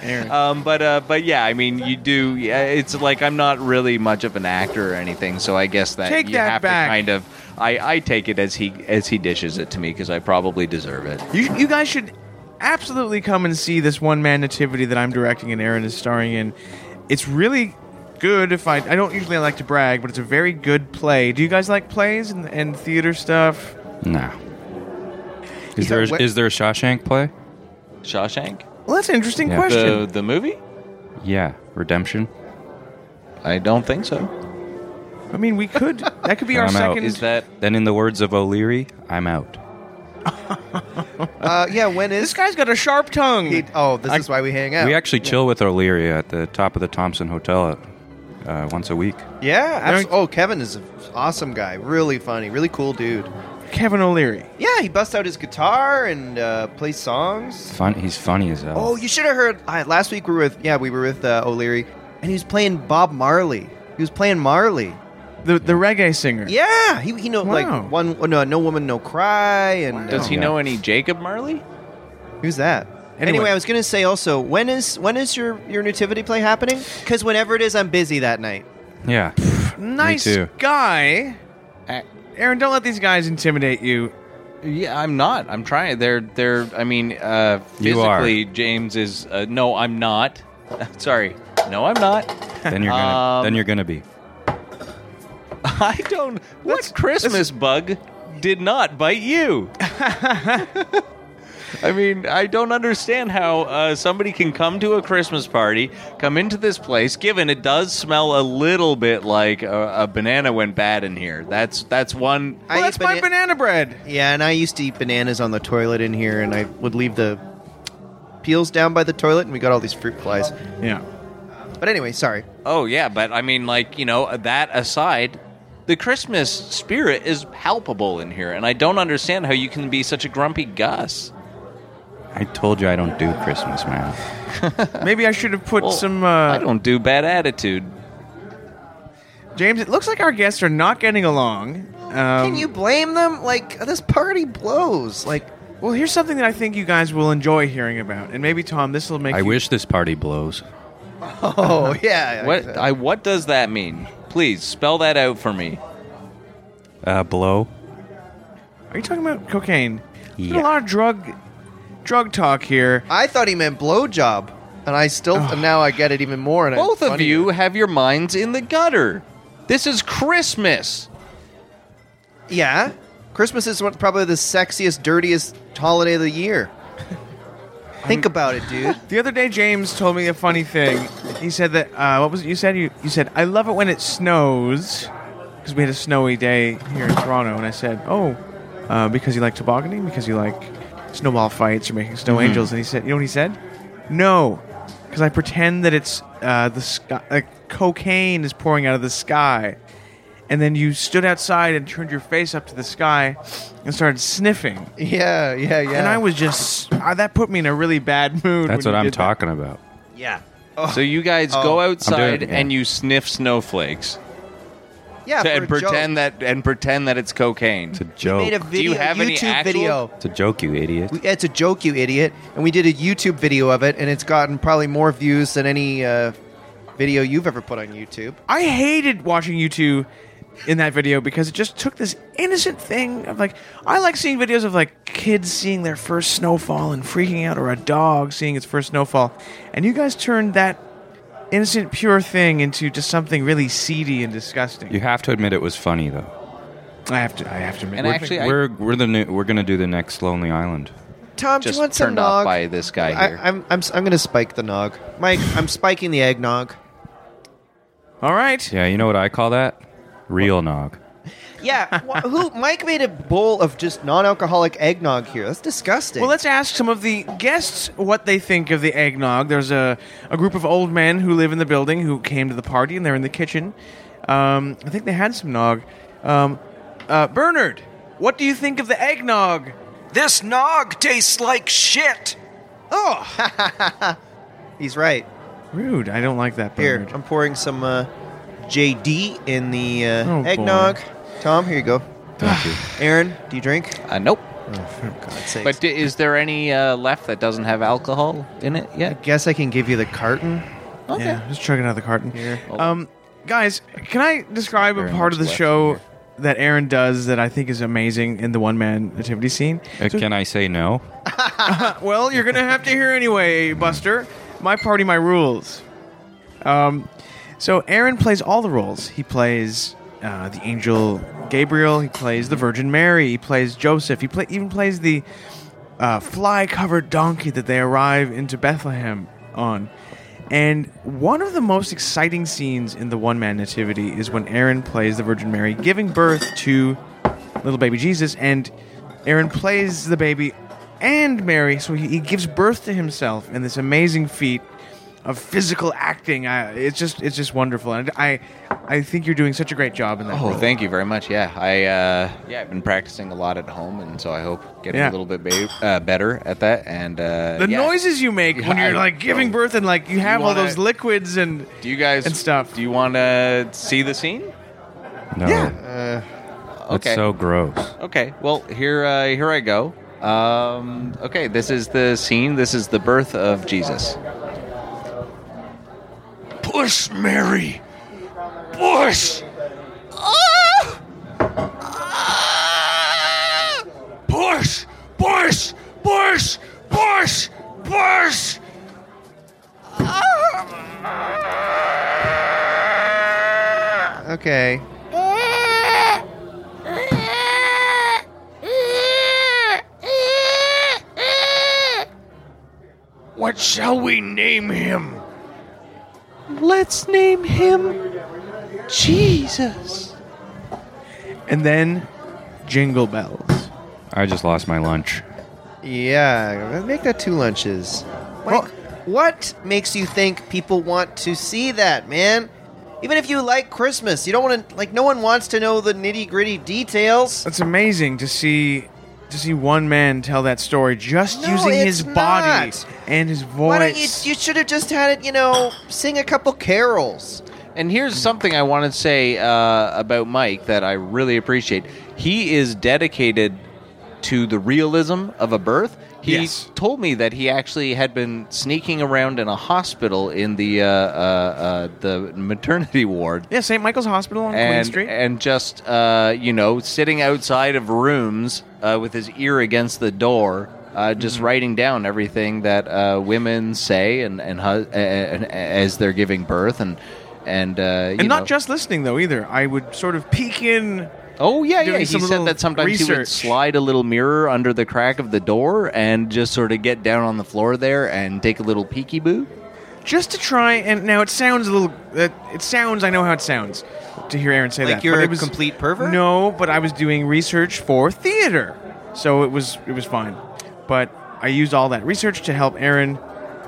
C: Aaron.
F: Um, but uh, but yeah, I mean you do. Yeah, it's like I'm not really much of an actor or anything, so I guess that
C: Take
F: you
C: that
F: have
C: back.
F: to kind of. I, I take it as he as he dishes it to me because I probably deserve it.
C: You, you guys should absolutely come and see this one man nativity that I'm directing and Aaron is starring in. It's really good. If I I don't usually like to brag, but it's a very good play. Do you guys like plays and, and theater stuff?
E: Nah. Is there
B: what-
E: is there a Shawshank play?
F: Shawshank,
C: Well, that's an interesting
E: Yeah.
C: question.
F: the the movie?
E: Yeah, Redemption.
F: I don't think so.
C: I mean, we could. That could be our
E: I'm out.
C: second.
F: Is that
E: Then, in the words of O'Leary, I'm out.
B: Uh, yeah, when
C: this
B: is
C: guy's got a sharp tongue.
B: he, Oh, this is why we hang out.
E: We actually chill with O'Leary at the top of the Thompson Hotel uh, once a week.
B: yeah, absolutely. Oh, Kevin is an awesome guy. Really funny. Really cool dude.
C: Kevin O'Leary.
B: Yeah, he busts out his guitar and uh, plays songs.
E: Fun. He's funny as hell.
B: Oh, you should have heard. Uh, last week we were with yeah we were with uh, O'Leary, and he was playing Bob Marley. He was playing Marley.
C: The, the reggae singer.
B: Yeah, he he know
C: Wow.
B: like one oh, no no woman no cry and uh,
F: does he
E: Yeah.
F: know any Jacob Marley?
B: Who's that? Anyway.
C: Anyway.
B: I was gonna say also when is when is your your nativity play happening? Because whenever it is, I'm busy that night.
E: Yeah.
C: Nice
E: too.
C: guy.
F: Uh,
C: Aaron, don't let these guys intimidate you.
F: Yeah, I'm not. I'm trying. They're they're. I mean, uh,
E: You are.
F: physically, James is. Uh, no, I'm not. Sorry. No, I'm not.
E: Then you're gonna.
F: Um,
E: then you're gonna be.
F: I don't. What Christmas bug did not bite you? I mean, I don't understand how uh, somebody can come to a Christmas party, come into this place, given it does smell a little bit like a, a banana went bad in here. That's that's one.
B: I
C: Well,
B: eat
C: that's my
B: bana-
C: banana bread.
B: Yeah, and I used to eat bananas on the toilet in here, and I would leave the peels down by the toilet, and we got all these fruit flies.
C: Yeah.
B: But anyway, sorry.
F: Oh yeah, but I mean, like you know, that aside, the Christmas spirit is palpable in here, and I don't understand how you can be such a grumpy Gus.
E: I told you I don't do Christmas, man.
C: Maybe I should have put
F: Well,
C: some. Uh,
F: I don't do bad attitude.
C: James, it looks like our guests are not getting along. Um,
B: Can you blame them? Like this party blows. Like
C: Well, here's something that I think you guys will enjoy hearing about, and maybe Tom, this will make.
E: I
C: you-
E: wish this party blows.
B: oh yeah.
F: What I what does that mean? Please spell that out for me.
E: Uh, blow.
C: Are you talking about cocaine? There's been a
E: Yeah.
C: lot of drug drug talk here.
G: I thought he meant blowjob, and I still and now I get it even more. And
F: Both
G: it's
F: of
G: funnier.
F: you have your minds in the gutter. This is Christmas.
G: yeah.
B: Christmas is one, probably the sexiest, dirtiest holiday of the year. Think about it, dude.
C: The other day, James told me a funny thing. He said that uh, what was it you said? You, you said I love it when it snows because we had a snowy day here in Toronto, and I said, "Oh, uh, because you like tobogganing, because you like snowball fights, you're making
E: Mm-hmm.
C: snow angels." And he said, "You know what he said? No, because I pretend that it's uh, the sky, like cocaine is pouring out of the sky." And then you stood outside and turned your face up to the sky and started sniffing.
G: Yeah, yeah, yeah.
C: And I was just, uh, that put me in a really bad mood.
E: That's
C: when you
E: what I'm
C: did that.
E: talking about.
B: yeah.
F: So you guys
C: Oh,
F: go outside
E: doing it, yeah.
F: and you sniff snowflakes
B: Yeah.
F: to, and pretend that and pretend that it's cocaine.
E: It's a joke.
B: made a
F: Do you
B: video,
F: have any
B: YouTube
F: actual-
B: video.
E: it's a joke, you idiot.
B: We, it's a joke, you idiot. And we did a YouTube video of it, and it's gotten probably more views than any uh, video you've ever put on YouTube.
C: I hated watching you two in that video because it just took this innocent thing of like I like seeing videos of like kids seeing their first snowfall and freaking out or a dog seeing its first snowfall and you guys turned that innocent pure thing into just something really seedy and disgusting.
E: You have to admit it was funny though.
C: I have to I have to admit
F: And actually, I-
E: we're we're the new, we're gonna do the next Lonely Island.
B: Tom, do you want
F: Just
B: some
F: turned off
B: nog?
F: by this guy
B: I,
F: here.
B: I'm, I'm, s- I'm going to spike the nog. Mike, I'm spiking the eggnog.
C: All right.
E: Yeah, you know what I call that? Real nog.
B: Yeah, wh- who? Mike made a bowl of just non-alcoholic eggnog here. That's disgusting.
C: Well, let's ask some of the guests what they think of the eggnog. There's a, a group of old men who live in the building who came to the party, and they're in the kitchen. Um, I think they had some nog. Um, uh, Bernard, what do you think of the eggnog?
D: This nog tastes like shit.
B: He's right.
C: Rude. I don't like that,
B: Here,
C: Bernard.
B: I'm pouring some uh, JD in the uh,
C: Oh, boy.
B: eggnog. Tom, here you go.
E: Thank you.
B: Aaron, do you drink?
F: uh, nope.
B: God's sakes.
F: But d- is there any uh, left that doesn't have alcohol in it
B: I
F: yet?
B: guess I can give you the carton.
F: Okay.
C: Yeah, just chugging out of the carton.
B: Here.
C: Um, guys, can I describe a
F: Very
C: part of
F: much
C: the
F: left
C: show
F: here.
C: that Aaron does that I think is amazing in the one man nativity scene?
E: Uh, Can I say no?
C: Well, you're gonna have to hear anyway, Buster. My party, my rules. Um, so Aaron plays all the roles. He plays uh, the angel Gabriel. He plays the Virgin Mary. He plays Joseph. He play, even plays the uh, fly-covered donkey that they arrive into Bethlehem on. And one of the most exciting scenes in the one-man nativity is when Aaron plays the Virgin Mary giving birth to little baby Jesus, and Aaron plays the baby and Mary, so he, he gives birth to himself in this amazing feat of physical acting. I, it's just it's just wonderful, and I I think you're doing such a great job in that.
F: Oh,
C: role.
F: thank you very much. Yeah, I uh, yeah, I've been practicing a lot at home, and so I hope getting
C: Yeah.
F: a little bit ba- uh, better at that. And uh,
C: the
F: yeah.
C: noises you make when
F: Yeah,
C: you're
F: I- oh.
C: like giving birth and like you have all
F: wanna-
C: those liquids and
F: Do you guys
C: and stuff.
F: Do you want to see the scene?
E: No.
C: Yeah.
E: That's
F: Uh, okay.
E: so gross.
F: Okay. Well, here uh, here I go. Um, okay, this is the scene. This is the birth of Jesus.
A: Push, Mary. Push. Push. Push. Push. Push. Push.
B: Okay.
A: What shall we name him?
C: and then jingle bells.
E: I just lost my lunch.
B: Yeah, make that two lunches. Mike, what makes you think people want to see that, man? Even if you like Christmas, you don't want to like. No one wants to know the nitty gritty details.
C: It's amazing to see to see one man tell that story just
B: No,
C: using his
B: it's
C: body
B: not.
C: and his voice.
B: Why don't you? You should have just had it. You know, sing a couple carols.
F: And here's something I want to say uh, about Mike that I really appreciate. He is dedicated to the realism of a birth. He
C: Yes.
F: told me that he actually had been sneaking around in a hospital in the uh, uh, uh, the maternity ward
C: yeah, St. Michael's Hospital on Queen
F: and
C: Street.
F: and just uh, you know sitting outside of rooms uh, with his ear against the door uh, just
C: Mm-hmm.
F: writing down everything that uh, women say and and, hu- and as they're giving birth and and uh,
C: and not just listening though either. I would sort of peek in.
F: Oh yeah, yeah.
C: doing
F: He
C: some
F: said
C: little
F: that sometimes he would
C: research.
F: slide a little mirror under the crack of the door and just sort of get down on the floor there and take a little peeky boo.
C: just to try and now it sounds a little it, it sounds i know how it sounds to hear aaron say
B: Like
C: that but
B: you're
C: it
B: a complete pervert?
C: no but i was doing research for theater so it was it was fine but i used all that research to help aaron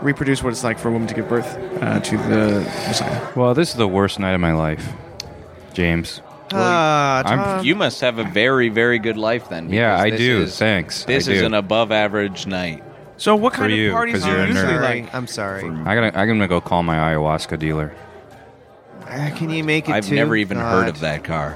C: reproduce what it's like for a woman to give birth uh, to the messiah
E: Well, this is the worst night of my life, James.
B: Ah,
E: I'm,
F: Um, You must have a very very good life then.
E: yeah,
F: because
E: I
F: this
E: do.
F: is-
E: Thanks.
F: This
E: I
F: is
E: do.
F: an above average night.
C: so what kind
E: you,
C: of parties
E: 'cause
C: do you
E: you're a
C: usually
E: nerd.
B: sorry.
C: like
B: I'm sorry.
E: I gotta. I'm gonna go call my ayahuasca dealer.
B: Uh, can you make it?
F: I've
B: to-
F: never even
B: God.
F: heard of that car.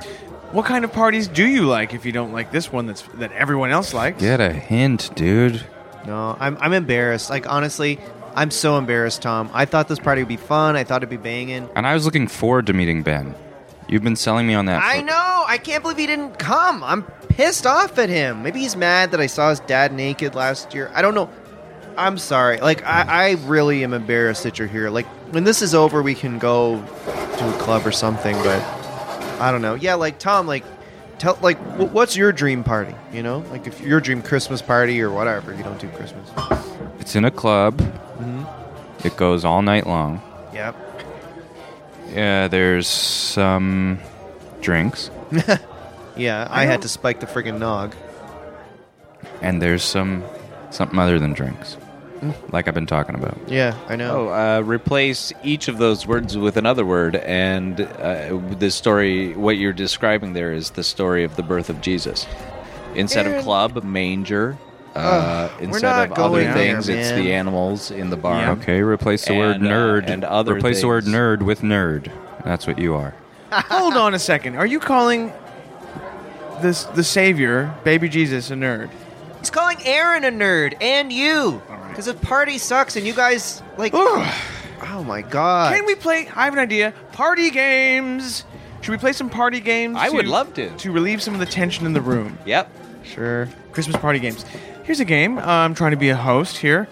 C: what kind of parties do you like if you don't like this one that's that everyone else likes
E: Get a hint, dude.
B: No, I'm, I'm embarrassed. Like honestly, I'm so embarrassed, Tom. I thought this party would be fun. I thought it'd be banging.
E: And I was looking forward to meeting Ben. You've been selling me on that.
B: I
E: for-
B: know. I can't believe he didn't come. I'm pissed off at him. Maybe he's mad that I saw his dad naked last year. I don't know. I'm sorry. Like I, I really am embarrassed that you're here. Like when this is over, we can go to a club or something. But I don't know. Yeah, like Tom, like tell, like wh- what's your dream party? You know, like if your dream Christmas party or whatever. You don't do Christmas.
E: It's in a club.
F: Mm-hmm.
E: It goes all night long.
B: Yep.
E: Yeah, there's some drinks,
B: Yeah, I, had to spike the friggin' nog.
E: and there's some something other than drinks,
F: Mm.
E: like I've been talking about.
B: Yeah, I know.
F: Oh, uh, replace each of those words with another word, and uh, the story, what you're describing there, is the story of the birth of Jesus. Instead
B: Aaron.
F: of club, manger. Uh,
B: not
F: instead of other
B: going
F: things,
B: there,
F: it's
B: man.
F: the animals in the barn.
E: Okay, replace the word
F: And, uh,
E: nerd
F: and other
E: Replace the word
F: things.
E: nerd with nerd. That's what you are.
C: Hold on a second. Are you calling this the Savior, baby Jesus, a nerd?
B: He's calling Aaron a nerd and you because the party sucks and you guys like. Oh my god!
C: Can we play? I have an idea. Party games. Should we play some party games?
F: I would love to.
C: to relieve some of the tension in the room.
F: Yep.
B: Sure.
C: Christmas party games. Here's a game. Uh, I'm trying to be a host here.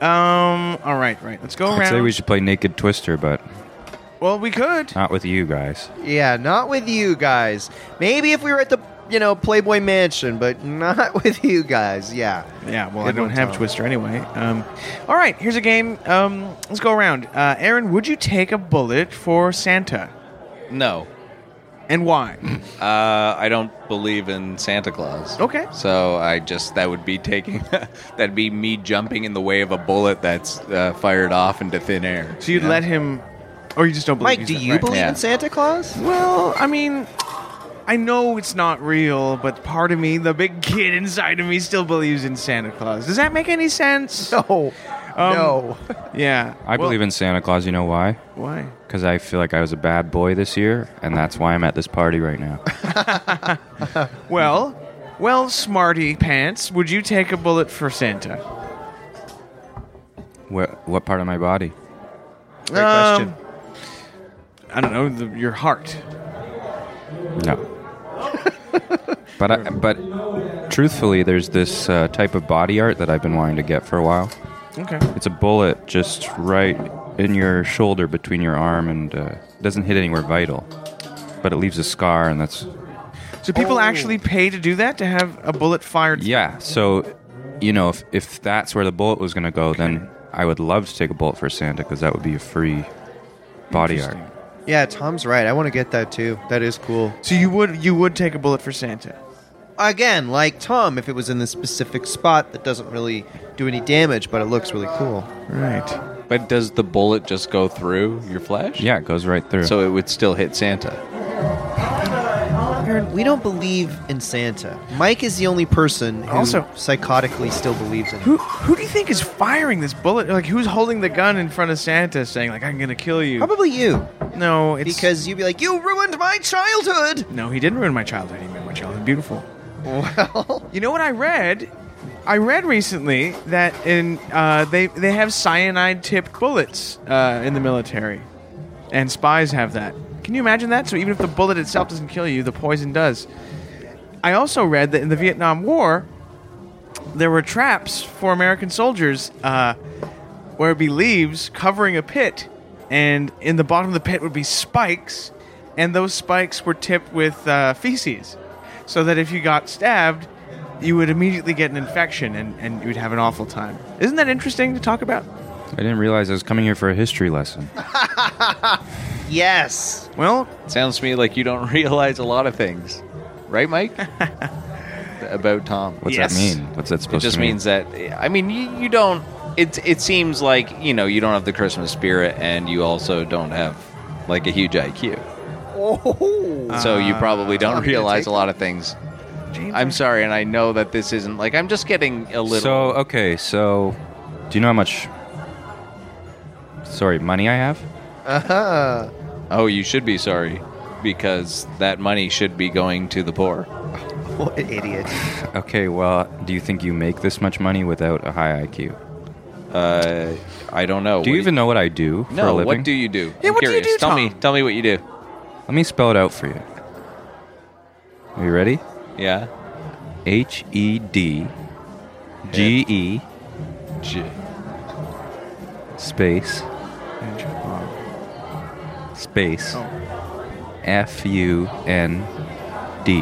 C: Um. All right. Right. Let's go around.
E: I'd say we Uh, should play Naked Twister, but
C: well, we could.
E: not with you guys.
B: Yeah, not with you guys. Maybe if we were at the you know Playboy Mansion, but not with you guys. Yeah.
C: Yeah. Well, I
B: Good
C: don't
B: one,
C: have
B: Tom.
C: Twister anyway. Um. All right. Here's a game. Um. Let's go around. Uh, Aaron, would you take a bullet for Santa,
F: No.
C: and why?
F: Uh, I don't believe in Santa Claus.
C: Okay.
F: So I just, that would be taking, that'd be me jumping in the way of a bullet that's uh, fired off into thin air.
C: So you'd
F: you know?
C: let him, or you just don't
B: Mike,
C: believe? he's
B: do
C: that-
B: you
C: right.
B: believe
F: Yeah.
B: in Santa Claus?
C: Well, I mean, I know it's not real, but part of me, the big kid inside of me, still believes in Santa Claus. Does that make any sense?
B: No.
C: Um,
B: no.
C: Yeah,
E: I believe in Santa Claus. You know why?
C: Why?
E: Because I feel like I was a bad boy this year, and that's why I'm at this party right now.
C: Well, well, smarty pants, would you take a bullet for Santa?
E: what, what part of my body?
B: Great question.
C: Um, I don't know the, your heart.
E: No. but I, but truthfully, there's this uh, type of body art that I've been wanting to get for a while.
C: Okay.
E: It's a bullet just right in your shoulder between your arm and uh, doesn't hit anywhere vital, but it leaves a scar, and that's
C: So people actually pay to do that to have a bullet fired.
E: yeah. So you know, if if that's where the bullet was going to go, then I would love to take a bullet for Santa because that would be a free body art.
B: Yeah, Tom's right. I want to get that too. That is cool.
C: So you would you would take a bullet for Santa?
B: Again, like Tom, if it was in this specific spot that doesn't really do any damage, but it looks really cool.
C: Right.
F: But does the bullet just go through your flesh?
E: Yeah, it goes right through.
F: So it would still hit Santa.
B: Aaron, we don't believe in Santa. Mike is the only person who
C: Also-
B: psychotically still believes in him.
C: Who who do you think is firing this bullet? Like who's holding the gun in front of Santa, saying like I'm gonna kill you?
B: Probably you,
C: No, it's
B: because you'd be like, "You ruined my childhood."
C: No, he didn't ruin my childhood. He made my childhood beautiful.
B: Well,
C: You know what I read? I read recently that in uh, they they have cyanide tipped bullets uh, in the military, and spies have that. Can you imagine that? So even if the bullet itself doesn't kill you, the poison does. I also read that in the Vietnam War, there were traps for American soldiers uh, where it'd be leaves covering a pit, and in the bottom of the pit would be spikes, and those spikes were tipped with uh, feces, so that if you got stabbed, you would immediately get an infection and, and you would have an awful time. Isn't that interesting to talk about?
E: I didn't realize I was coming here for a history lesson.
B: Yes.
C: Well,
F: Sounds to me like you don't realize a lot of things, right, Mike? About Tom.
E: What's
C: Yes.
E: that mean? What's that
F: It
E: supposed
F: just
E: to mean?
F: means that I mean you, you don't. It it seems like you know you don't have the Christmas spirit, and you also don't have like a huge IQ.
B: Oh.
F: so you probably don't
B: I'm gonna
F: realize
B: take
F: a lot of things.
C: James,
F: I'm sorry, and I know that this isn't like I'm just getting a little.
E: So uh, okay, so do you know how much? Sorry, money I have.
G: Uh-huh.
F: oh, you should be sorry because that money should be going to the poor.
B: What an idiot.
E: Okay, well, do you think you make this much money without a high IQ?
F: Uh, I don't know.
E: Do you even know what I do for a
F: No,
E: living?
F: what do you do?
C: Yeah,
F: I'm
C: what do you
F: curious.
C: do,
F: Tell me,
C: Tom?
F: tell me what you do.
E: Let me spell it out for you. Are you ready?
F: Yeah.
E: H E D G E space space F U N D.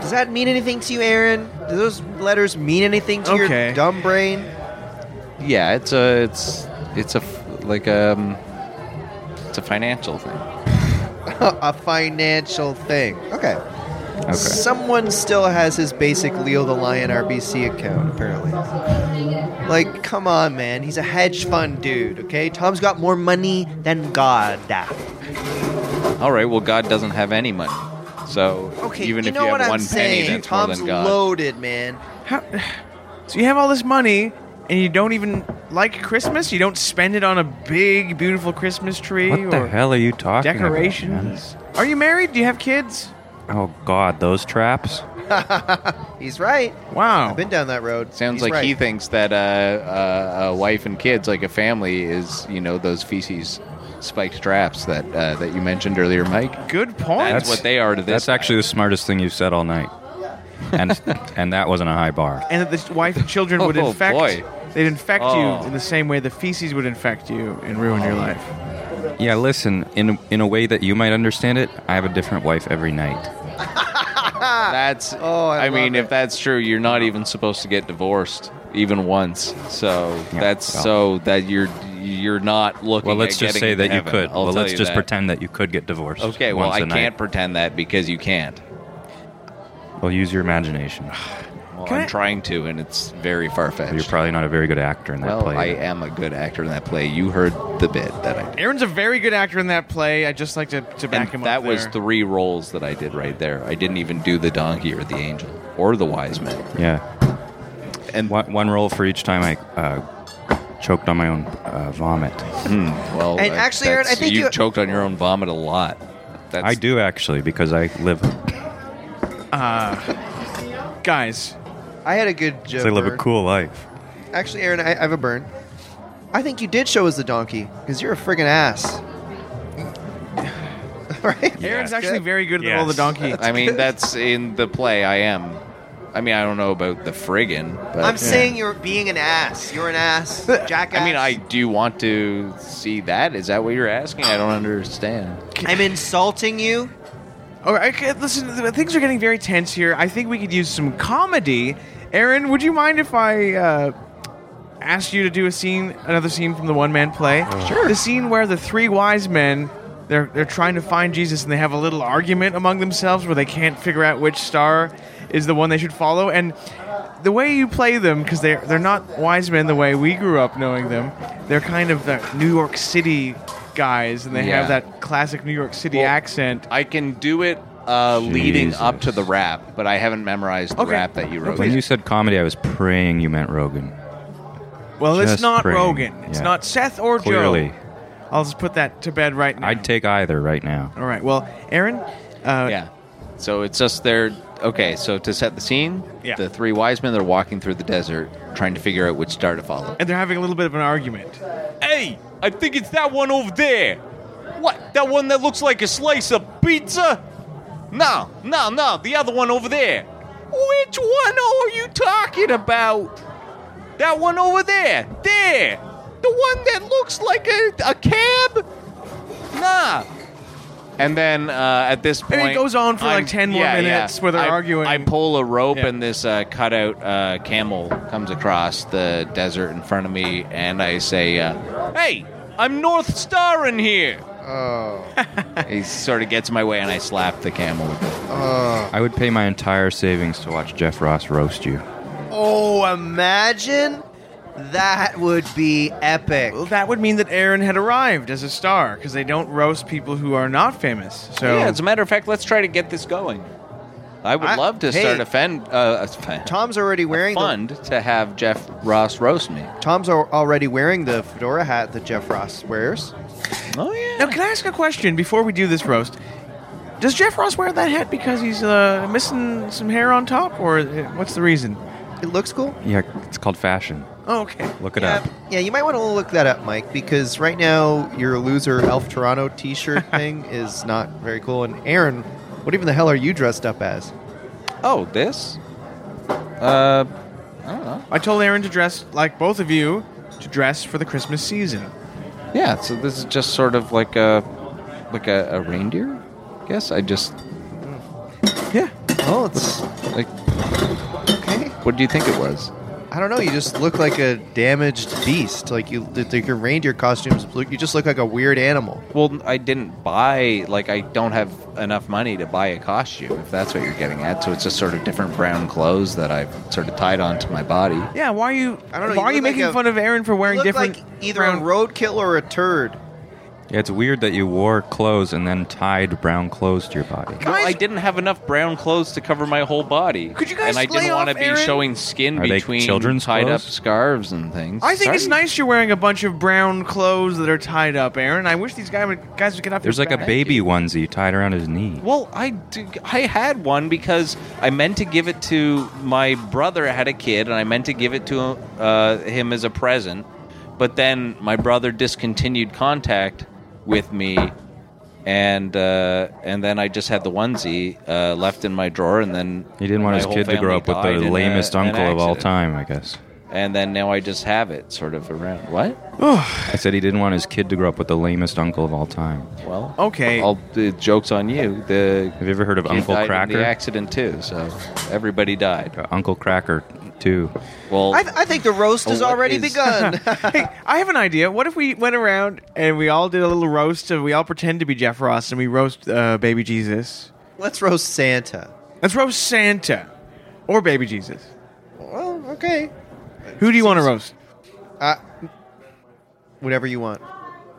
B: Does that mean anything to you, Aaron? Do those letters mean anything to
C: Okay.
B: your dumb brain?
F: Yeah, it's a it's it's a f- like um it's a financial thing.
G: a financial thing. Okay.
E: Okay.
G: Someone still has his basic Leo the Lion RBC account, apparently.
B: Like, come on, man. He's a hedge fund dude, okay? Tom's got more money than God.
F: All right, well God doesn't have any money. So
B: Okay,
F: even
B: you
F: if
B: know
F: you have
B: what I'm
F: one
B: saying.
F: penny that's
B: Tom's
F: more than God.
B: loaded, man.
C: How, so you have all this money and you don't even like Christmas? You don't spend it on a big, beautiful Christmas tree
E: What the
C: or
E: hell are you talking about, man?
C: decorations? Are you married? Do you have kids?
E: Oh God, those traps!
B: He's right.
C: Wow.
B: Been down that road.
F: Sounds
B: He's
F: like
B: right.
F: he thinks that uh, uh, a wife and kids, like a family, is you know those feces spiked traps that uh, that you mentioned earlier, Mike.
C: Good point.
F: That's, what they are to this.
E: That's actually the smartest thing you've said all night, and and that wasn't a high bar.
C: and that the wife and children would
F: Oh,
C: infect
F: boy.
C: they'd infect
F: Oh.
C: you in the same way the feces would infect you and ruin your life.
E: Yeah, listen, in in a way that you might understand it, I have a different wife every night.
F: That's.
G: Oh, I
F: I, mean,
G: love
F: if that's true, you're not even supposed to get divorced even once. So
E: Yeah,
F: that's
E: well.
F: so that you're you're not looking.
E: Well, let's
F: at
E: just
F: getting
E: say
F: into
E: that you
F: heaven.
E: could.
F: I'll
E: well,
F: tell
E: let's
F: you
E: just
F: that.
E: pretend that you could get divorced.
F: Okay, well,
E: once
F: I
E: a
F: can't
E: night.
F: pretend that because you can't.
E: Well, use your imagination.
F: Well,
C: Can
F: I'm
C: I-
F: trying to, and it's very far
E: You're
F: fetched.
E: probably not a very good actor in that
F: Well,
E: play.
F: I am a good actor in that play. You heard the bit that I did.
C: Aaron's a very good actor in that play. I just like to, to back him
F: and that
C: up.
F: was
C: there.
F: three roles that I did right there. I didn't even do the donkey or the angel or the wise man.
E: Yeah,
F: And
E: one, one roll for each time I uh, choked on my own uh, vomit.
F: well,
B: And
F: uh,
B: actually, Aaron,
F: that's-
B: I think
F: you,
B: you-
F: choked on your own vomit a lot. That's,
E: I do actually because I live.
C: guys.
G: I had a good joke.
E: I live a
G: burn.
E: cool life.
G: Actually, Aaron, I, I have a burn. I think you did show us the donkey because you're a friggin' ass. right?
C: Aaron's actually very good at the role of the
E: Yes.
C: donkey.
F: I mean, that's in the play. I am. I mean, I don't know about the friggin', but
B: I'm saying you're being an ass. You're an ass. Jackass.
F: I mean, I do want to see that. Is that what you're asking? I don't understand.
B: I'm insulting you.
C: All right, okay, listen, th- things are getting very tense here. I think we could use some comedy. Aaron, would you mind if I uh, asked you to do a scene, another scene from the one man play?
F: Uh-huh.
C: Sure. The scene where the three wise men. They're, they're trying to find Jesus and they have a little argument among themselves where they can't figure out which star is the one they should follow. And the way you play them, because they're, they're not wise men the way we grew up knowing them, they're kind of the New York City guys and they have
F: Yeah.
C: that classic New York City
F: Well,
C: accent.
F: I can do it uh, leading up to
E: Jesus.
F: the rap, but I haven't memorized the
C: Okay.
F: rap that you wrote.
E: When you said comedy, I was praying you meant Rogan.
C: Well, it's
E: Just
C: not
E: praying.
C: Rogan. It's
E: Yeah.
C: not Seth or
E: Clearly,
C: Joe. I'll just put that to bed right now.
E: I'd take either right now.
C: All right. Well, Aaron. Uh,
F: Yeah. So it's just they're okay. So to set the scene,
C: Yeah.
F: the three wise men they're walking through the desert, trying to figure out which star to follow.
C: And they're having a little bit of an argument.
A: Hey, I think it's that one over there. What? That one that looks like a slice of pizza? No, no, no, the other one over there. Which one are you talking about? That one over there. There. The one that looks like a, a cab? Nah.
F: And then uh, at this point,
C: it goes on for, like, 10 more minutes where they're
F: I-
C: arguing.
F: I pull a rope,
C: Yeah.
F: and this uh, cutout uh, camel comes across the desert in front of me, and I say, uh,
A: Hey, I'm North Star in here.
C: Oh.
F: he sort of gets in my way, and I slap the camel. with it. Oh.
E: I would pay my entire savings to watch Jeff Ross roast you.
B: Oh, imagine that would be epic.
C: Well, that would mean that Aaron had arrived as a star because they don't roast people who are not famous. So
F: Yeah, as a matter of fact, let's try to get this going. I would
B: I-
F: love to
B: hey.
F: start a fan, uh, a fan-
B: Tom's already wearing the,
F: fund to have Jeff Ross roast me.
B: Tom's al- already wearing the fedora hat that Jeff Ross wears.
F: Oh yeah.
C: now, can I ask a question before we do this roast? Does Jeff Ross wear that hat because he's uh, missing some hair on top, or uh, what's the reason?
B: It looks cool.
E: Yeah, it's called fashion.
C: Oh, okay.
E: Look it up.
B: Yeah, you might want to look that up, Mike, because right now your loser Elf Toronto T-shirt thing is not very cool. And Aaron, what even the hell are you dressed up as?
F: Oh, this. Uh, I don't know.
C: I told Aaron to dress like both of you to dress for the Christmas season.
F: Yeah, so this is just sort of like a like a, a reindeer. I guess I just
C: Yeah.
B: Oh, it's
F: like
B: okay.
F: what do you think it was?
B: I don't know. You just look like a damaged beast. Like you, like your reindeer costumes. look- You just look like a weird animal.
F: Well, I didn't buy like I don't have enough money to buy a costume if that's what you're getting at. So it's just sort of different brown clothes that I've sort of tied onto my body.
C: Yeah. Why are you?
B: I don't know, you
C: Why are you
B: look like
C: making
B: a-
C: fun of Aaron for wearing
B: You look
C: different?
B: like either
C: brown-
B: a roadkill or a turd.
E: Yeah, it's weird that you wore clothes and then tied brown clothes to your body.
C: Guys-
F: well, I didn't have enough brown clothes to cover my whole body.
C: Could you guys
F: And I
C: lay
F: didn't wanna
C: off,
F: be
C: Aaron?
F: showing skin
E: Are they
F: between
E: children's
F: tied
E: clothes?
F: up scarves and things.
C: I think it's
F: Sorry.
C: nice you're wearing a bunch of brown clothes that are tied up, Aaron. I wish these guys would, guys would get off.
E: There's
C: your
E: like a
C: back.
E: baby onesie tied around his knee.
F: Well, I, do, I had one because I meant to give it to my brother. Had a kid, and I meant to give it to uh, him as a present. But then my brother discontinued contact with me, and uh, and then I just had the onesie uh, left in my drawer. And then
E: He didn't want
F: my
E: his
F: whole
E: kid to
F: family
E: grow up with
F: died in a-
E: the lamest
F: an
E: uncle of all
F: accident.
E: time, I guess.
F: And then now I just have it sort of around. What?
E: I said he didn't want his kid to grow up with the lamest uncle of all time.
F: Well,
C: Okay.
F: All the jokes on you. The
E: Have you ever heard of
F: kid
E: Uncle
F: died in
E: Cracker?
F: the accident too. So everybody died.
E: Uh, Uncle Cracker, too.
F: Well,
B: I, th- I think the roast has
F: What
B: already
F: is-
B: begun.
C: hey, I have an idea. What if we went around and we all did a little roast? And we all pretend to be Jeff Ross and we roast uh, Baby Jesus.
B: Let's roast Santa.
C: Let's roast Santa or Baby Jesus.
B: Well, okay.
C: Who do you want to roast?
B: Whatever you want.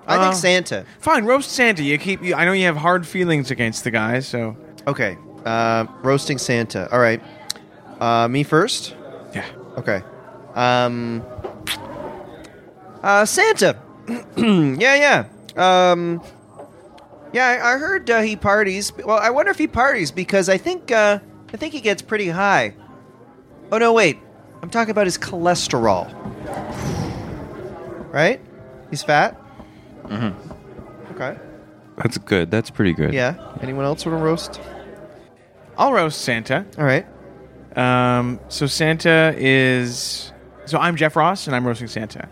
B: I think
C: Uh,
B: Santa.
C: Fine, roast Santa. You keep. You, I know you have hard feelings against the guy, so
B: Okay. Uh, roasting Santa. All right. Uh, me first?
C: yeah.
B: Okay. Um, uh, Santa. yeah, yeah. Um, yeah, I, I heard uh, he parties. Well, I wonder if he parties because I think uh, I think he gets pretty high. Oh no, wait. I'm talking about his cholesterol. Right? He's fat. Mm-hmm. Okay.
E: That's good. That's pretty good.
B: Yeah. Anyone else want to roast?
C: I'll roast Santa.
B: All right.
C: Um, so Santa is. So I'm Jeff Ross, and I'm roasting Santa.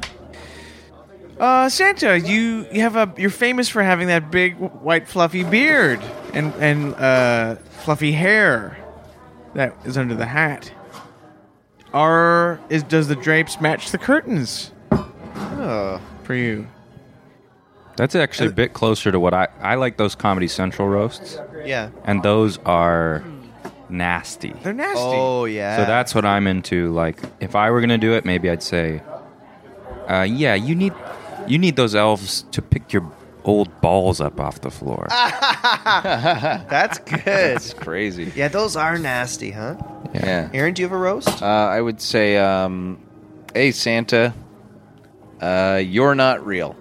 C: Uh, Santa, you you have a you're famous for having that big white fluffy beard and and uh, fluffy hair that is under the hat. Are is does the drapes match the curtains
B: Oh.
C: for you?
E: That's actually a bit closer to what I I like those Comedy Central roasts,
B: Yeah.
E: and those are nasty.
C: They're nasty.
B: Oh yeah.
E: So that's what I'm into. Like, if I were gonna do it, maybe I'd say, uh, "Yeah, you need, you need those elves to pick your old balls up off the floor."
B: that's good.
F: it's crazy.
B: yeah, those are nasty, huh?
F: yeah.
B: Aaron, do you have a roast?
F: Uh, I would say, um, hey Santa, uh, you're not real.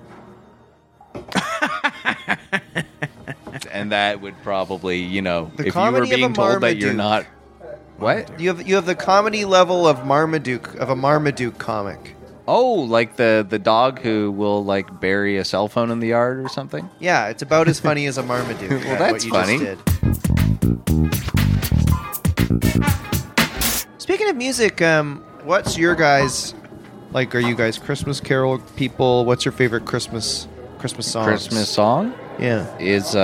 F: and that would probably, you know,
B: The
F: if you were
B: comedy of a
F: being told that you're not,
B: Marmaduke.
F: what?
B: You have you have the comedy level of Marmaduke of a Marmaduke comic.
F: Oh, like the the dog who will like bury a cell phone in the yard or something.
B: Yeah, it's about as funny as a Marmaduke.
F: Well,
B: that- what
F: that's
B: you just
F: funny.
B: did. music, um, what's your guys like? Are you guys Christmas Carol people? What's your favorite Christmas Christmas songs?
F: Christmas song
B: yeah.
F: is uh,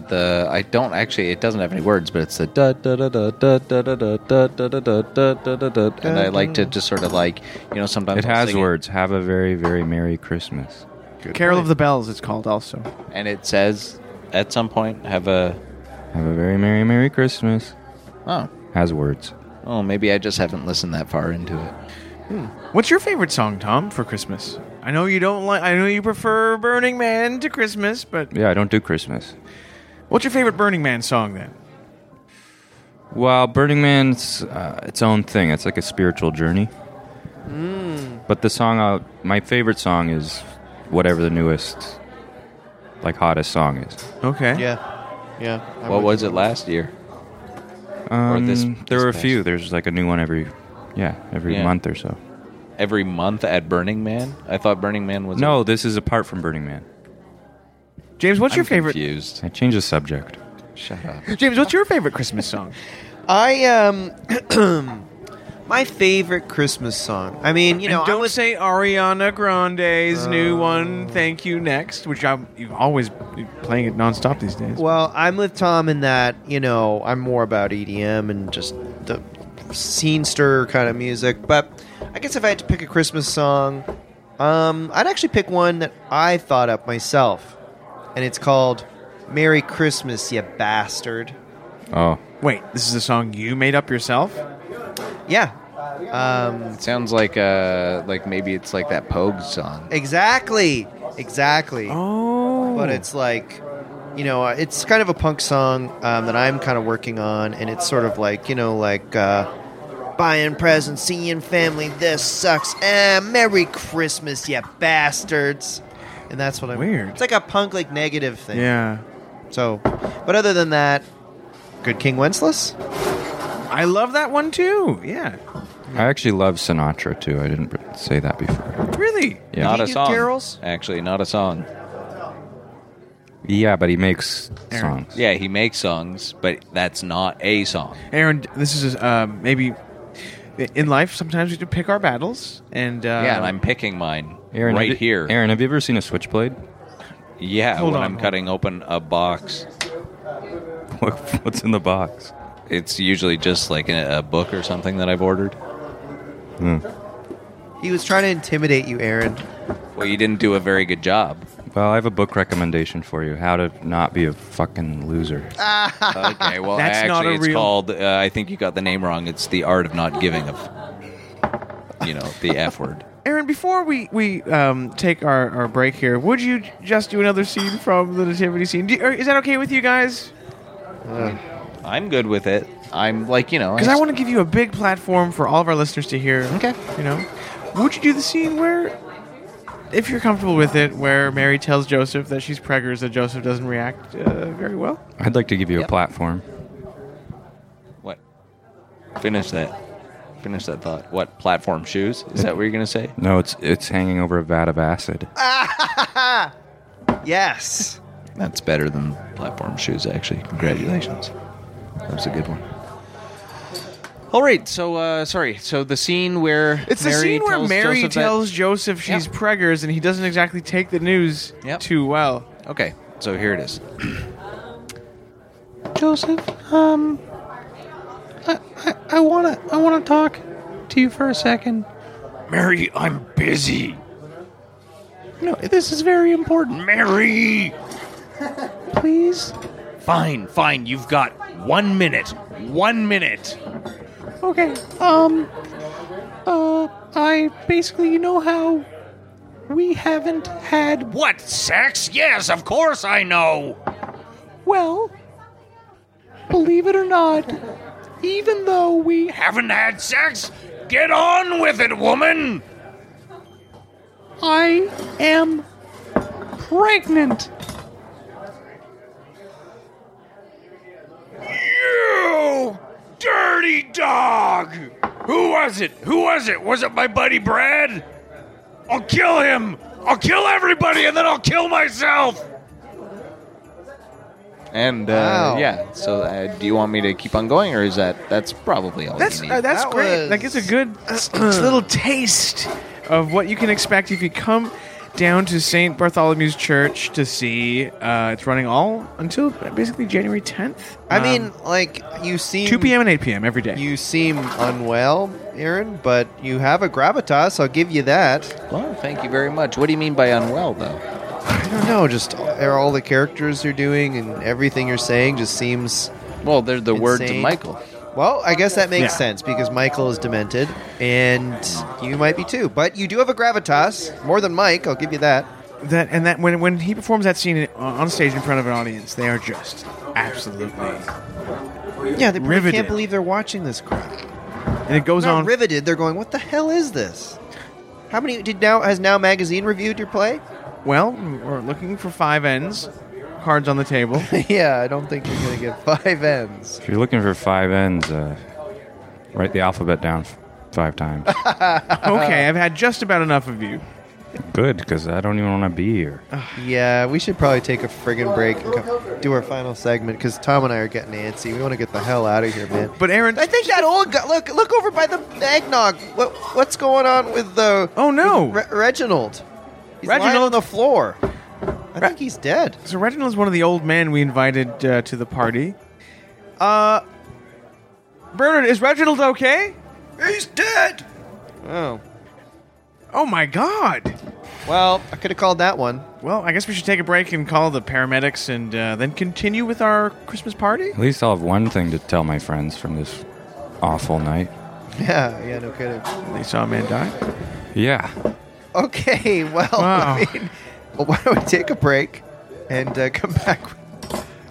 F: uh the I don't actually it doesn't have any words, but it's the da da da da da da da da da da da da da da da da and I like to just sort of like you know sometimes
E: It
F: I'll
E: has
F: sing
E: words. Have a very, very Merry Christmas.
C: Carol of the Bells, it's called also.
F: and it says at some point have a
E: Have a very Merry, Merry Christmas.
F: oh
E: Has words.
F: oh maybe I just haven't listened that far into it.
C: What's your favorite song, Tom, for Christmas? I know you don't like. I know you prefer Burning Man to Christmas, but
E: Yeah, I don't do Christmas.
C: what's your favorite Burning Man song then?
E: Well, Burning Man's uh, its own thing. It's like a spiritual journey. But the song, uh, my favorite song is whatever the newest, like hottest song is.
C: Okay.
B: Yeah. Yeah. I
F: What
B: would-
F: was it last year?
E: Um,
F: this-
E: there
F: this
E: are a
F: past-
E: few. There's like a new one every, yeah, every
F: Yeah.
E: month or so.
F: Every month at Burning Man? I thought Burning Man was
E: No, this is apart from Burning Man.
C: James, what's
F: I'm
C: your favorite?
F: confused.
E: I change the subject.
F: Shut up.
C: James, what's your favorite Christmas song?
B: I um, my favorite Christmas song. I mean, you know,
C: and
B: I
C: don't
B: was
C: say Ariana Grande's new one. Thank you next, which I'm you always you're playing it nonstop these days.
B: Well, I'm with Tom in that, you know, I'm more about EDM and just the scene stir kind of music. But I guess if I had to pick a Christmas song, um, I'd actually pick one that I thought up myself. And it's called Merry Christmas, You Bastard.
E: Oh,
C: Wait, this is a song you made up yourself?
B: Yeah, Um,
F: It sounds like uh like maybe it's like that Pogue song.
B: exactly. Exactly.
C: Oh,
B: but it's like you know uh, it's kind of a punk song um, that i'm kind of working on and it's sort of like you know like uh, buying presents seeing family this sucks eh, merry christmas you bastards and that's what i'm
C: Weird.
B: it's like a punk like negative thing
C: yeah.
B: so but other than that good king wenceslas
C: I love that one too. Yeah,
E: I actually love Sinatra too. I didn't br- say that before.
C: really.
E: Yeah,
F: not
B: he
F: a
B: do
F: song.
B: carols?
F: Actually, not a song.
E: yeah, but he makes songs.
F: Yeah, he makes songs, but that's not a song.
C: Aaron, this is uh, maybe in life. Sometimes we have to pick our battles, and uh,
F: yeah, and I'm picking mine
E: Aaron, have
F: right
E: you-
F: here.
E: Aaron, have you ever seen a switchblade?
F: yeah,
C: Hold
F: when
C: on,
F: I'm
C: hold
F: cutting open a box,
E: What- What's in the box?
F: it's usually just like a, a book or something that I've ordered.
B: he was trying to intimidate you aaron
F: Well, you didn't do a very good job.
E: Well, I have a book recommendation for you: How to Not Be a Fucking Loser.
F: Ah. Okay, well,
C: That's
F: actually,
C: not a
F: it's
C: real-
F: called. Uh, I think you got the name wrong. It's the art of not giving a. F- you know the F word.
C: Aaron, before we we um, take our, our break here, would you j- just do another scene from the nativity scene? Do, or is that okay with you guys?
F: I'm good with it. I'm like you know
C: Because I want to give you a big platform for all of our listeners to hear.
F: Okay.
C: You know, would you do the scene where, if you're comfortable with it, where Mary tells Joseph that she's preggers, that Joseph doesn't react uh, very well?
E: I'd like to give you a platform.
F: What? Finish that. Finish that thought. What platform shoes? Is that what you're gonna say?
E: No, it's it's hanging over a vat of acid.
F: Ah.
B: yes
F: That's better than platform shoes, actually. Congratulations. That was a good one. All right. So uh, sorry. So the scene where
C: It's the scene where Mary
F: Joseph that-
C: tells Joseph she's
F: Yeah.
C: preggers, and he doesn't exactly take the news
F: Yep.
C: too well.
F: Okay, so here it is. Joseph, um, I, I, I wanna, I wanna talk to you for a second.
I: Mary, I'm busy.
F: No, this is very important.
I: Mary!
F: Please.
I: Fine, fine, you've got one minute. One minute.
F: Okay. Um. Uh. I basically, you know how we haven't had.
I: What, sex? Yes, of course I know.
F: Well, believe it or not, even though we
I: Haven't had sex? Get on with it, woman!
F: I am pregnant.
I: You dirty dog! Who was it? Who was it? Was it my buddy Brad? I'll kill him! I'll kill everybody and then I'll kill myself!
F: And uh,
B: Wow.
F: yeah, so uh, do you want me to keep on going, or is that that's probably all
C: That's
F: you need?
C: uh, that's
B: That
C: great.
B: was-
C: Like it's a good s- little taste of what you can expect if you come down to St. Bartholomew's Church to see. Uh, it's running all until basically January 10th.
B: I
C: Um,
B: mean, like you seem
C: 2 p.m. and 8 p.m. every day.
B: You seem unwell, Aaron, but you have a gravitas. I'll give you that.
F: well, thank you very much. What do you mean by unwell, though?
B: I don't know. Just all, all the characters you're doing and everything you're saying just seems.
F: Well, they're the words of
B: Insane.
F: Michael.
B: Well, I guess that makes
C: Yeah.
B: sense because Michael is demented, and you might be too. But you do have a gravitas more than Mike. I'll give you that.
C: That and that when when he performs that scene in- on on stage in front of an audience, they are just absolutely.
B: Yeah, they probably
C: Riveted.
B: can't believe they're watching this crap.
C: And it goes
B: They're not
C: on.
B: riveted. They're going, "What the hell is this?" How many did now has now magazine reviewed your play?
C: Well, we're looking for five ends. Cards on the table.
B: yeah, I don't think you're gonna get five ends.
E: If you're looking for five ends, uh, write the alphabet down f- five times.
C: okay, I've had just about enough of you.
E: Good, because I don't even want to be here.
B: Yeah, we should probably take a friggin' break and come, do our final segment because Tom and I are getting antsy. We want to get the hell out of here, man.
C: But Aaron,
B: I think that old guy. Look, look over by the eggnog. What, what's going on with the?
C: Oh, no.
B: with Re- Reginald. He's lying
C: Reginald-
B: on the floor. I think he's dead.
C: So Reginald's one of the old men we invited uh, to the party. Uh, Bernard, is Reginald okay?
J: He's dead.
B: Oh,
C: Oh my God!
B: well, I could have called that one.
C: Well, I guess we should take a break and call the paramedics and uh, then continue with our Christmas party.
E: At least I'll have one thing to tell my friends from this awful night.
B: Yeah, yeah, no kidding.
C: They saw a man die.
E: Yeah.
B: Okay, well,
C: Wow.
B: I mean, well, why don't we take a break and uh, come back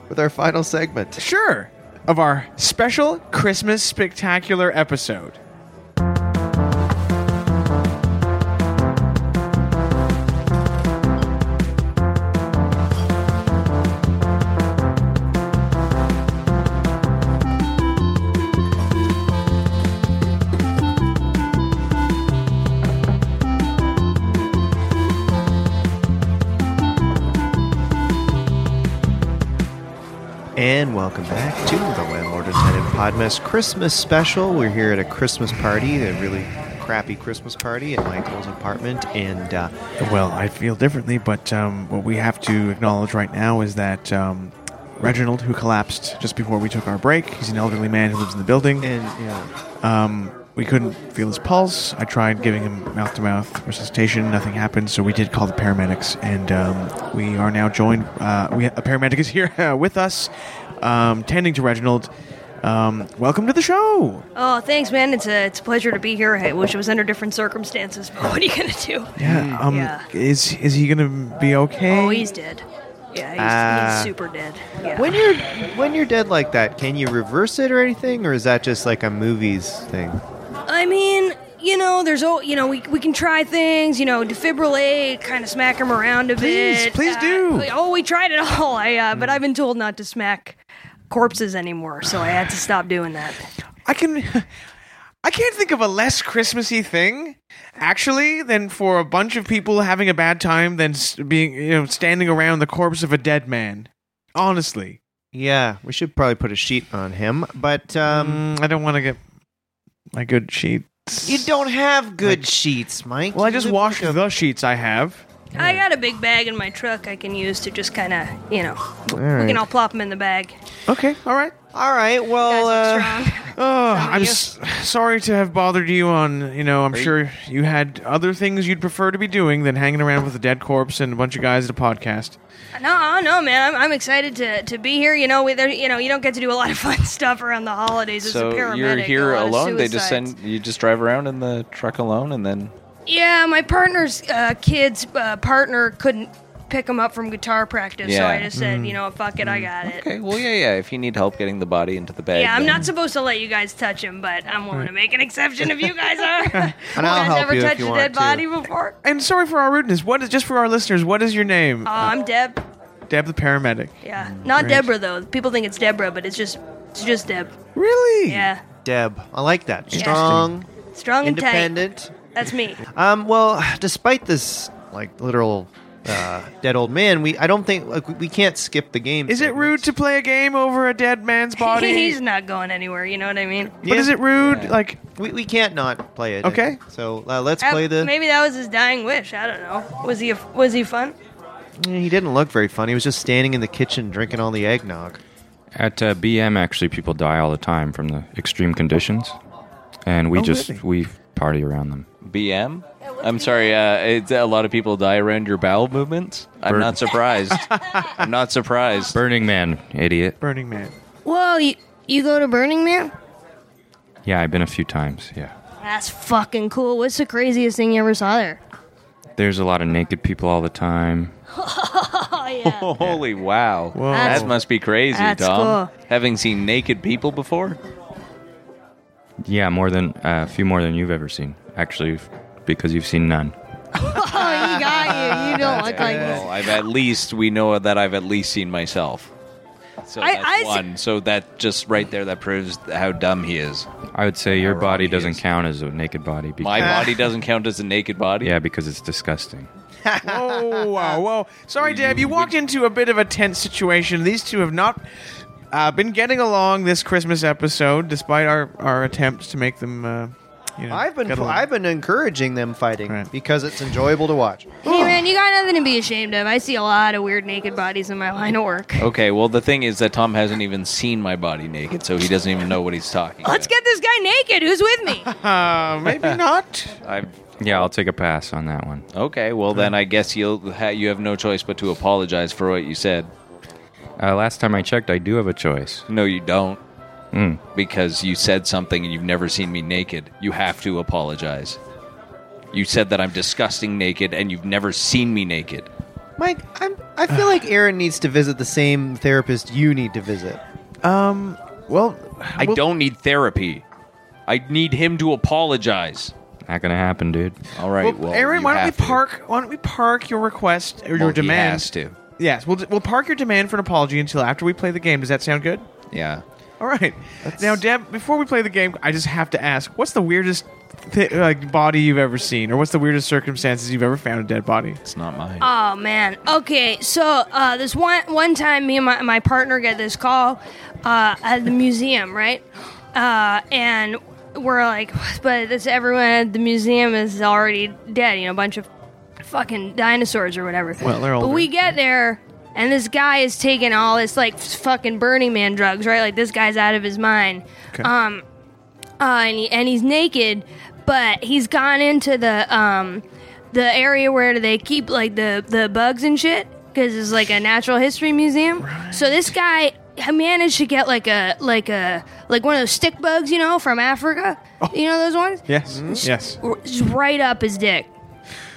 B: with our final segment?
C: Sure. Of our special Christmas spectacular episode.
B: And welcome back to the Landlord and Tenant Podmas Christmas special. We're here at a Christmas party, a really crappy Christmas party at Michael's apartment. And uh,
C: Well, I feel differently, but um, what we have to acknowledge right now is that um, Reginald, who collapsed just before we took our break, he's an elderly man who lives in the building.
B: and yeah,
C: Um, we couldn't feel his pulse. I tried giving him mouth to mouth resuscitation. Nothing happened, so we did call the paramedics, and um, we are now joined. Uh, we a paramedic is here uh, with us, um, tending to Reginald. Um, welcome to the show.
K: Oh, thanks, man. It's a, it's a pleasure to be here. I wish it was under different circumstances, but what are you going to do?
C: Yeah. Um,
K: Yeah.
C: Is is he gonna be okay?
K: Oh, he's dead. Yeah, he's,
B: Ah.
K: he's super dead. Yeah.
B: when you're when you're dead like that, can you reverse it or anything, or is that just like a movies thing?
K: I mean, you know, there's all, you know, we, we can try things, you know, defibrillate, kind of smack him around a
C: Please,
K: bit.
C: please
K: Uh,
C: do.
K: Oh, we tried it all. I uh, but I've been told not to smack corpses anymore, so I had to stop doing that.
C: I can. I can't think of a less Christmassy thing, actually, than for a bunch of people having a bad time than s- being, you know, standing around the corpse of a dead man. Honestly,
B: Yeah, we should probably put a sheet on him, but um,
C: um, I don't want to get my good sheets.
B: you don't have good sheets, Mike.
C: Well, I
B: You
C: just
B: live
C: washed
B: like a-
C: the sheets I have.
K: I got a big bag in my truck I can use to just kind of, you know, we
B: right.
K: can all plop him in the bag.
C: Okay, all right.
B: All right, well,
K: Guys,
B: uh,
K: I'm strong.
C: Oh, I'm
K: you?
C: s- sorry to have bothered you on, you know, I'm sure you had other things you'd prefer to be doing than hanging around with a dead corpse and a bunch of guys at a podcast.
K: No, no, man. I'm, I'm excited to, to be here. You know, we, there, you know, you don't get to do a lot of fun stuff around the holidays as a
F: So
K: paramedic.
F: you're here
K: a lot of
F: alone. They just
K: suicides.
F: send you just drive around in the truck alone, and then
K: Yeah, my partner's uh, kid's uh, partner couldn't pick him up from guitar practice, so
F: Yeah. Mm-hmm.
K: I just
B: Mm-hmm.
K: said, you know, fuck it, I got it.
F: okay, well, yeah, yeah. If you need help getting the body into the bag,
K: Yeah, I'm
F: then-
K: not supposed to let you guys touch him, but I'm willing to make an exception if you guys are.
B: And I'll
K: you guys
B: help
K: ever
B: you if
K: touched
B: you
K: a
B: want
K: dead
B: to.
K: body before?
C: And sorry for our rudeness. What is just for our listeners? What is your name?
K: Uh, I'm Deb.
C: Deb the paramedic.
K: Yeah,
B: Mm,
K: not Deborah though. People think it's Deborah, but it's just it's just Deb.
C: Really?
K: Yeah,
B: Deb. I like that. Strong,
K: strong and
B: independent.
K: tight. That's me.
B: Um, well, despite this like literal uh, Dead Old Man, we I don't think like, we- we can't skip the game.
C: Is it
B: segments.
C: rude to play a game over a dead man's body?
K: He's not going anywhere. You know what I mean?
C: But is it rude? Like,
B: We, we can't not play it.
C: Okay.
B: So uh, let's
K: Uh,
B: play the.
K: Maybe that was his dying wish. I don't know. Was he a, was he fun?
B: Yeah, He didn't look very funny. He was just standing in the kitchen drinking all the eggnog.
E: At uh, BM, actually, people die all the time from the extreme conditions, and we
C: Oh,
E: just
C: really?
E: we party around them.
F: BM? I'm sorry. Uh, it's, a lot of people die around your bowel movements. I'm
E: Burn.
F: not surprised. I'm not surprised.
E: Burning Man, idiot.
C: Burning Man.
K: Whoa, you you go to Burning Man?
E: Yeah, I've been a few times. Yeah,
K: That's fucking cool. What's the craziest thing you ever saw there?
E: there's a lot of naked people all the time.
K: Oh yeah.
F: Holy wow.
K: That's-
F: That must be crazy,
K: That's
F: Tom.
K: cool.
F: Having seen naked people before?
E: Yeah, more than uh, a few more than you've ever seen, actually, f- because you've seen none.
K: oh, he got you. You don't look like this.
F: Well, I've at least, we know that I've at least seen myself. So
K: I-
F: that's
K: I see-
F: one. So that just right there, that proves how dumb he is.
E: I would say your
F: wrong
E: body
F: he
E: doesn't
F: is.
E: count as a naked body. Because,
F: My body doesn't count as a naked body.
E: Yeah, because it's disgusting.
C: Whoa, Oh, wow, whoa. Sorry, Deb, you walked into a bit of a tense situation. These two have not uh, been getting along this Christmas episode, despite our, our attempts to make them. Uh, you know,
B: I've been
C: get along.
B: I've been encouraging them fighting
C: Right.
B: because it's enjoyable to watch.
K: Hey man, you got nothing to be ashamed of. I see a lot of weird naked bodies in my line of work.
F: Okay, well, the thing is that Tom hasn't even seen my body naked, so he doesn't even know what he's talking
K: Let's
F: about.
K: get this guy naked. Who's with me?
C: Uh, maybe not.
F: I've,
E: Yeah, I'll take a pass on that one.
F: okay, well, then I guess you'll ha- you have no choice but to apologize for what you said.
E: Uh, last time I checked, I do have a choice.
F: No, you don't. Hmm.
E: Mm.
F: Because you said something and you've never seen me naked. You have to apologize. You said that I'm disgusting naked and you've never seen me naked.
B: Mike, I'm I feel like Aaron needs to visit the same therapist you need to visit.
C: Um, well,
F: I don't need therapy. I need him to apologize.
E: Not gonna happen, dude.
F: All right, well,
C: Aaron,
F: you
C: why don't we
F: have to.
C: park? Why don't we park your request or
F: Well,
C: your
F: he
C: demand?
F: has to.
C: Yes, we'll we'll park your demand for an apology until after we play the game. Does that sound good?
F: Yeah.
C: All right. Now, Deb, before we play the game, I just have to ask: What's the weirdest thi- like body you've ever seen, or what's the weirdest circumstances you've ever found a dead body?
F: It's not mine.
K: Oh man. Okay, so uh, this one one time, me and my, my partner get this call uh, at the museum, right? Uh, and we're like, but this everyone at the museum is already dead. You know, a bunch of fucking dinosaurs or whatever.
C: Well, they're
K: But
C: older.
K: we get there, and this guy is taking all this like fucking Burning Man drugs, right? Like this guy's out of his mind. Um, uh, and, he, and he's naked, but he's gone into the um, the area where they keep like the the bugs and shit because it's like a natural history museum. So this guy ha- managed to get like a like a like one of those stick bugs, you know, from Africa.
C: Oh.
K: You know those ones?
C: Yes, Mm-hmm. yes.
K: R- Just right up his dick,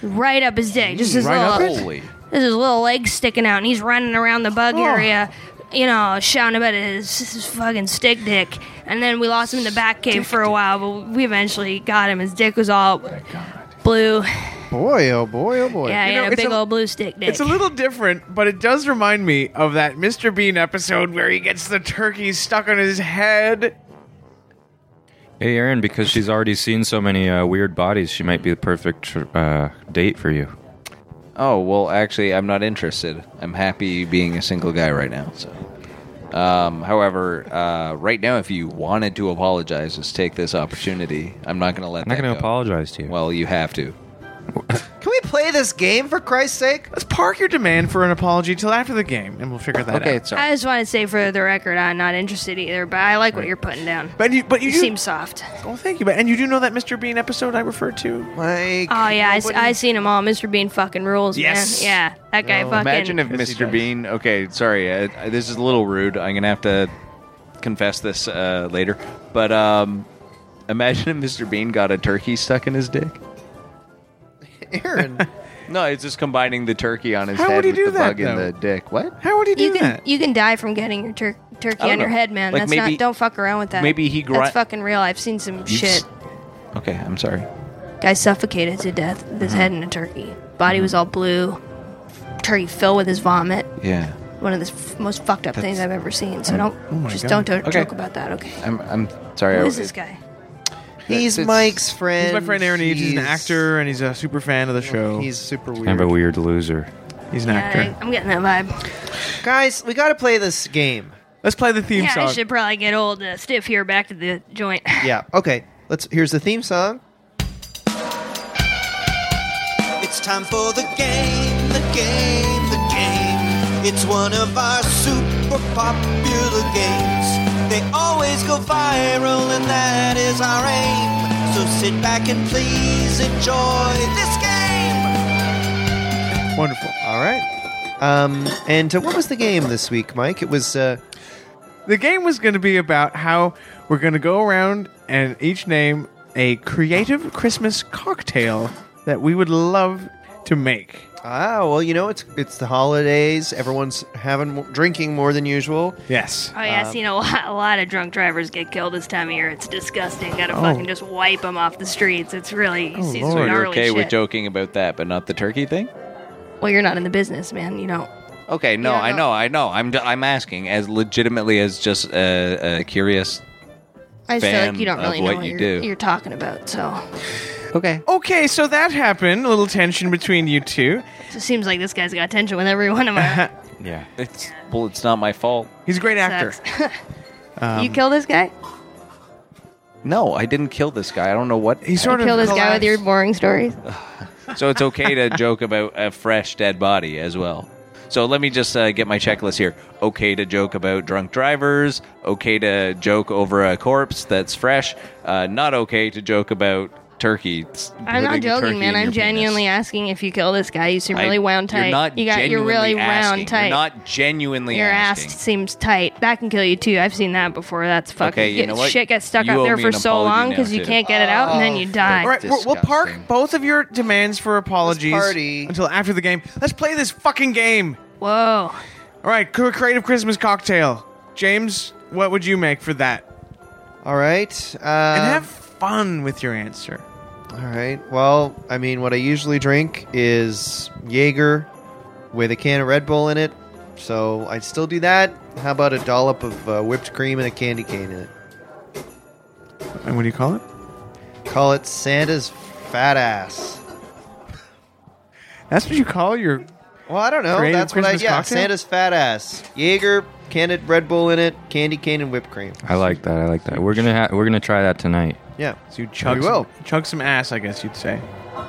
K: right up his dick, just his
C: Right up
K: little
C: it?
F: Holy.
K: there's his little legs sticking out, and he's running around the bug
C: Oh.
K: area, you know, shouting about his, his fucking stick dick. And then we lost him in the back cave for a while, but we eventually got him. His dick was all blue.
B: Boy, oh boy, oh boy.
K: Yeah,
C: You
K: he
C: know,
K: had a
C: it's
K: big
C: a-
K: old blue stick dick.
C: It's a little different, but it does remind me of that Mr. Bean episode where he gets the turkey stuck on his head.
E: Hey, Aaron, because she's already seen so many uh, weird bodies, she might be the perfect uh, date for you.
F: Oh well, actually, I'm not interested. I'm happy being a single guy right now. So, um, however, uh, right now, if you wanted to apologize, just take this opportunity. I'm not going to let.
E: I'm not
F: that
E: gonna
F: go.
E: apologize to you.
F: Well, you have to.
B: Can we play this game for Christ's sake?
C: Let's park your demand for an apology till after the game, and we'll figure that
F: Okay,
C: out.
F: sorry.
K: I just want to say for the record, I'm not interested either, but I like what you're putting down.
C: But you, but you,
K: You
C: do,
K: seem soft.
C: well, thank you. But and you do know that Mr. Bean episode I referred to.
B: Like
K: Oh, yeah, I, s- I seen them all. Mr. Bean fucking rules,
C: Yes.
K: man. Yeah, that guy fucking.
F: Oh, Imagine if
C: Yes, he
F: Mr.
C: does.
F: Bean. Okay, sorry. Uh, this is a little rude. I'm going to have to confess this uh, later. But um, imagine if Mr. Bean got a turkey stuck in his dick.
B: Aaron.
F: No, it's just combining the turkey on his
C: How
F: head
C: would he
F: with
C: do
F: the
C: that,
F: bug in the
C: though?
F: dick. What?
C: How would he do
K: you can
C: that?
K: you can die from getting your tur- turkey
F: I don't
K: on your
F: know.
K: head, man.
F: Like,
K: That's
F: maybe-
K: not. Don't fuck around with that.
F: maybe he gri-
K: That's fucking real. I've seen some
F: You
K: shit.
F: s- Okay, I'm sorry.
K: Guy suffocated to death. with His head in a turkey. Body
F: Mm-hmm.
K: was all blue. Turkey filled with his vomit.
F: Yeah.
K: One of the f- most fucked up things I've ever seen. So don't just
C: God.
K: don't, do
F: Oh Okay.
K: joke about that. Okay.
F: I'm, I'm sorry.
K: Who
F: I-
K: is this guy?
B: he's
F: It's-
B: Mike's friend.
C: He's my friend Aaron Eads. He's an
B: He's-
C: actor, and he's a super fan of the show.
B: He's super weird.
E: I'm a weird loser.
C: He's an actor.
K: I, am getting that vibe.
G: Guys, we gotta play this game.
C: Let's play the theme
K: yeah,
C: song.
K: I should probably get old uh, stiff here back to the joint.
G: Yeah. Okay. Let's. Here's the theme song.
L: It's time for the game, the game, the game. It's one of our super popular games. They always go viral, and that is our aim. So sit back and please enjoy this game.
C: Wonderful.
G: All right. Um. And uh, what was the game this week, Mike? It was. Uh,
C: The game was going to be about how we're going to go around and each name a creative Christmas cocktail that we would love to make.
G: ah. Well, you know, it's it's the holidays. Everyone's having drinking more than usual.
C: Yes.
K: Oh
F: Um,
K: yeah, I've seen a lot, a lot of drunk drivers get killed this time of year. It's disgusting. Gotta
F: Oh.
K: fucking just wipe them off the streets. It's really you see some
F: So Oh, you're
K: gnarly
F: okay
K: shit.
F: with joking about that, but not the turkey thing?
K: Well, you're not in the business, man. You know.
F: Okay, no,
K: Yeah,
F: I
K: no.
F: know, I know. I'm I'm asking as legitimately as just uh, uh, curious.
K: I just feel
F: Fan
K: like you don't
F: of
K: really know
F: what
K: what
F: you
K: you're,
F: do.
K: you're talking about. So
F: Okay.
C: Okay, so that happened. A little tension between you two.
K: it just seems like this guy's got tension with every one of them.
E: Yeah.
F: It's well, it's not my fault.
C: He's a great actor.
K: Sucks. you kill this guy?
F: No, I didn't kill this guy. I don't know what.
C: He sort
K: You
C: of
K: kill this guy with your
C: collapsed.
K: boring stories?
F: So it's okay to joke about a fresh dead body as well. So let me just uh, get my checklist here. Okay to joke about drunk drivers. Okay to joke over a corpse that's fresh. Uh, not okay to joke about turkey. s-
K: I'm
F: putting
K: not
F: turkey
K: joking,
F: in
K: man.
F: your
K: I'm
F: penis.
K: genuinely asking if you kill this guy. You seem
F: I-
K: really wound tight.
F: You're not
K: you got you're really
F: genuinely asking.
K: wound tight.
F: You're not genuinely
K: Your ass
F: asking.
K: seems tight. That can kill you too. I've seen that before. That's fucking
F: Okay, you
K: get-
F: know what?
K: shit gets stuck
F: You
K: out
F: owe
K: there
F: me
K: for
F: an
K: so
F: apology
K: long
F: now,
K: because you
F: too.
K: caney get it out and then you die.
C: All right, we'll, we'll park
F: Disgusting.
C: both of your demands for apologies
G: party.
C: until after the game. Let's play this fucking game.
K: Whoa.
C: All right, cr- creative Christmas cocktail. James, what would you make for that?
G: All right. Uh,
C: And have fun with your answer.
G: All right. Well, I mean, what I usually drink is Jaeger with a can of Red Bull in it. So I'd still do that. How about a dollop of uh, whipped cream and a candy cane in it?
C: And what do you call it?
G: Call it Santa's fat ass.
C: That's what you call your.
G: Well, I don't know.
C: Creative
G: That's what I
C: Christmas
G: yeah.
C: cocktail?
G: Santa's fat ass. Jaeger, canned Red Bull in it, candy cane, and whipped cream.
E: I like that. I like that. We're gonna ha- we're gonna try that tonight.
G: Yeah.
C: So you chug
G: We
C: some,
G: will.
C: chug some ass, I guess you'd say.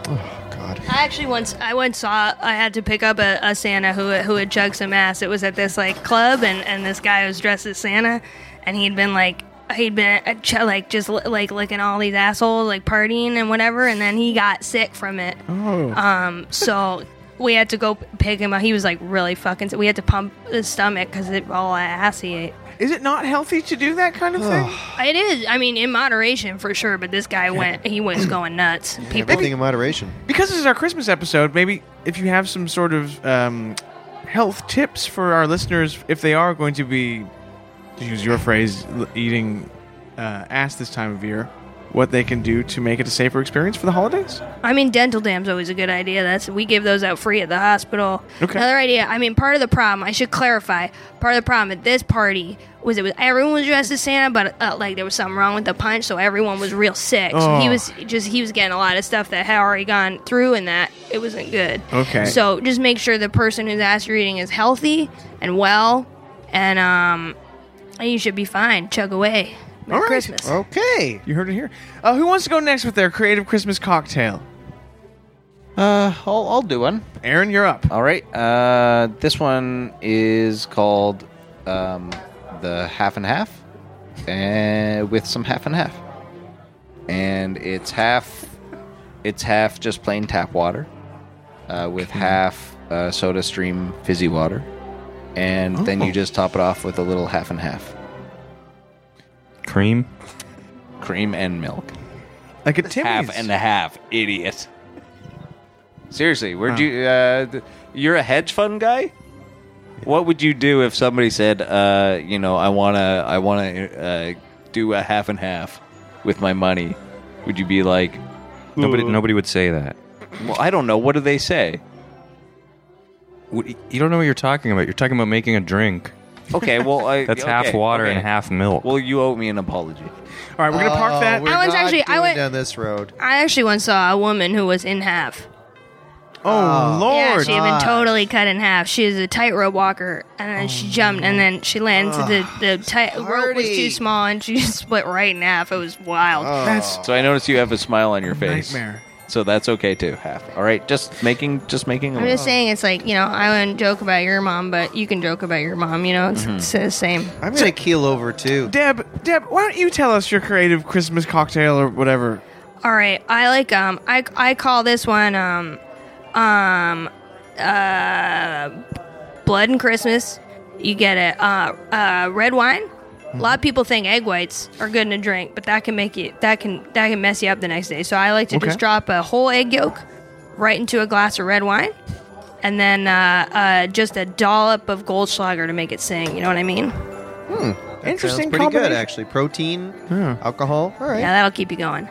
G: God.
K: I actually once I once saw I had to pick up a, a Santa who who had chugged some ass. It was at this like club and and this guy was dressed as Santa, and he'd been like he'd been uh, ch- like just li- like licking all these assholes like partying and whatever, and then he got sick from it.
C: Oh.
K: Um, so we had to go p- pick him up. He was like really fucking. sick. We had to pump his stomach because it all that ass he ate.
C: Is it not healthy to do that kind of thing?
K: It is. I mean, in moderation for sure. But this guy went. He was going nuts. People.
G: Everything in moderation.
C: because this is our Christmas episode, maybe if you have some sort of um, health tips for our listeners, if they are going to be, to use your phrase, l- eating uh, ass this time of year, what they can do to make it a safer experience for the holidays.
K: I mean, dental dam's always a good idea. That's we give those out free at the hospital.
C: Okay.
K: Another idea. I mean, part of the problem. I should clarify. Part of the problem at this party was it was everyone was dressed as Santa, but uh, like there was something wrong with the punch, so everyone was real sick. So he
C: Oh.
K: was just he was getting a lot of stuff that had already gone through, and that it wasn't good.
C: Okay.
K: So just make sure the person who's ass you're eating is healthy and well, and um, you should be fine. Chug away. Merry
C: All right. Oh.
K: Christmas.
G: Okay.
C: You heard it here. Uh, who wants to go next with their creative Christmas cocktail?
F: Uh, I'll, I'll do one.
C: Aaron, you're up.
F: All right. Uh, this one is called um, the half and half, and with some half and half, and it's half, it's half just plain tap water, uh, with half uh, Soda Stream fizzy water, and then
K: Oh.
F: you just top it off with a little half and half
E: Cream.
F: cream and milk.
C: Like a Timmy's.
F: half and a half, idiot. Seriously, where'd you? Uh, th- you're a hedge fund guy. What would you do if somebody said, uh, you know, I wanna, I wanna uh, do a half and half with my money? Would you be like,
E: Nobody nobody would say that.
F: well, I don't know, what do they say?
E: W- You don't know what you're talking about. You're talking about making a drink.
F: Okay, well, I,
E: That's
F: okay,
E: half water
F: okay.
E: and half milk.
F: Well, you owe me an apology.
C: All right, we're gonna park that.
G: Oh, We're
K: I was
G: not
K: actually- I
G: going
K: went-
G: down this road.
K: I actually once saw a woman who was in half.
C: Oh, Lord.
K: Yeah, she had been totally cut in half. She was a tightrope walker, and then she jumped, and then she landed. the the tight rope was too small, and she just split right in half. It was wild.
B: Oh.
C: That's
F: So I notice you have a smile on your face.
C: nightmare.
F: So that's okay too. Half. All right. Just making. Just making.
K: I'm just saying, it's like you know, I wouldn't joke about your mom, but you can joke about your mom. You know, it's, it's the same.
G: I'm gonna keel over too.
C: Deb, Deb, why don't you tell us your creative Christmas cocktail or whatever?
K: All right, I like um, I I call this one um, um, uh, blood and Christmas. You get it. Uh, uh, red wine. A lot of people think egg whites are good in a drink, but that can make you that can that can mess you up the next day. So I like to
C: Okay.
K: just drop a whole egg yolk right into a glass of red wine, and then uh, uh, just a dollop of Goldschlager to make it sing. You know what I mean?
C: Interesting
G: Sounds pretty good
C: combination.
G: actually. Protein, alcohol. All right,
K: Yeah, that'll keep you going.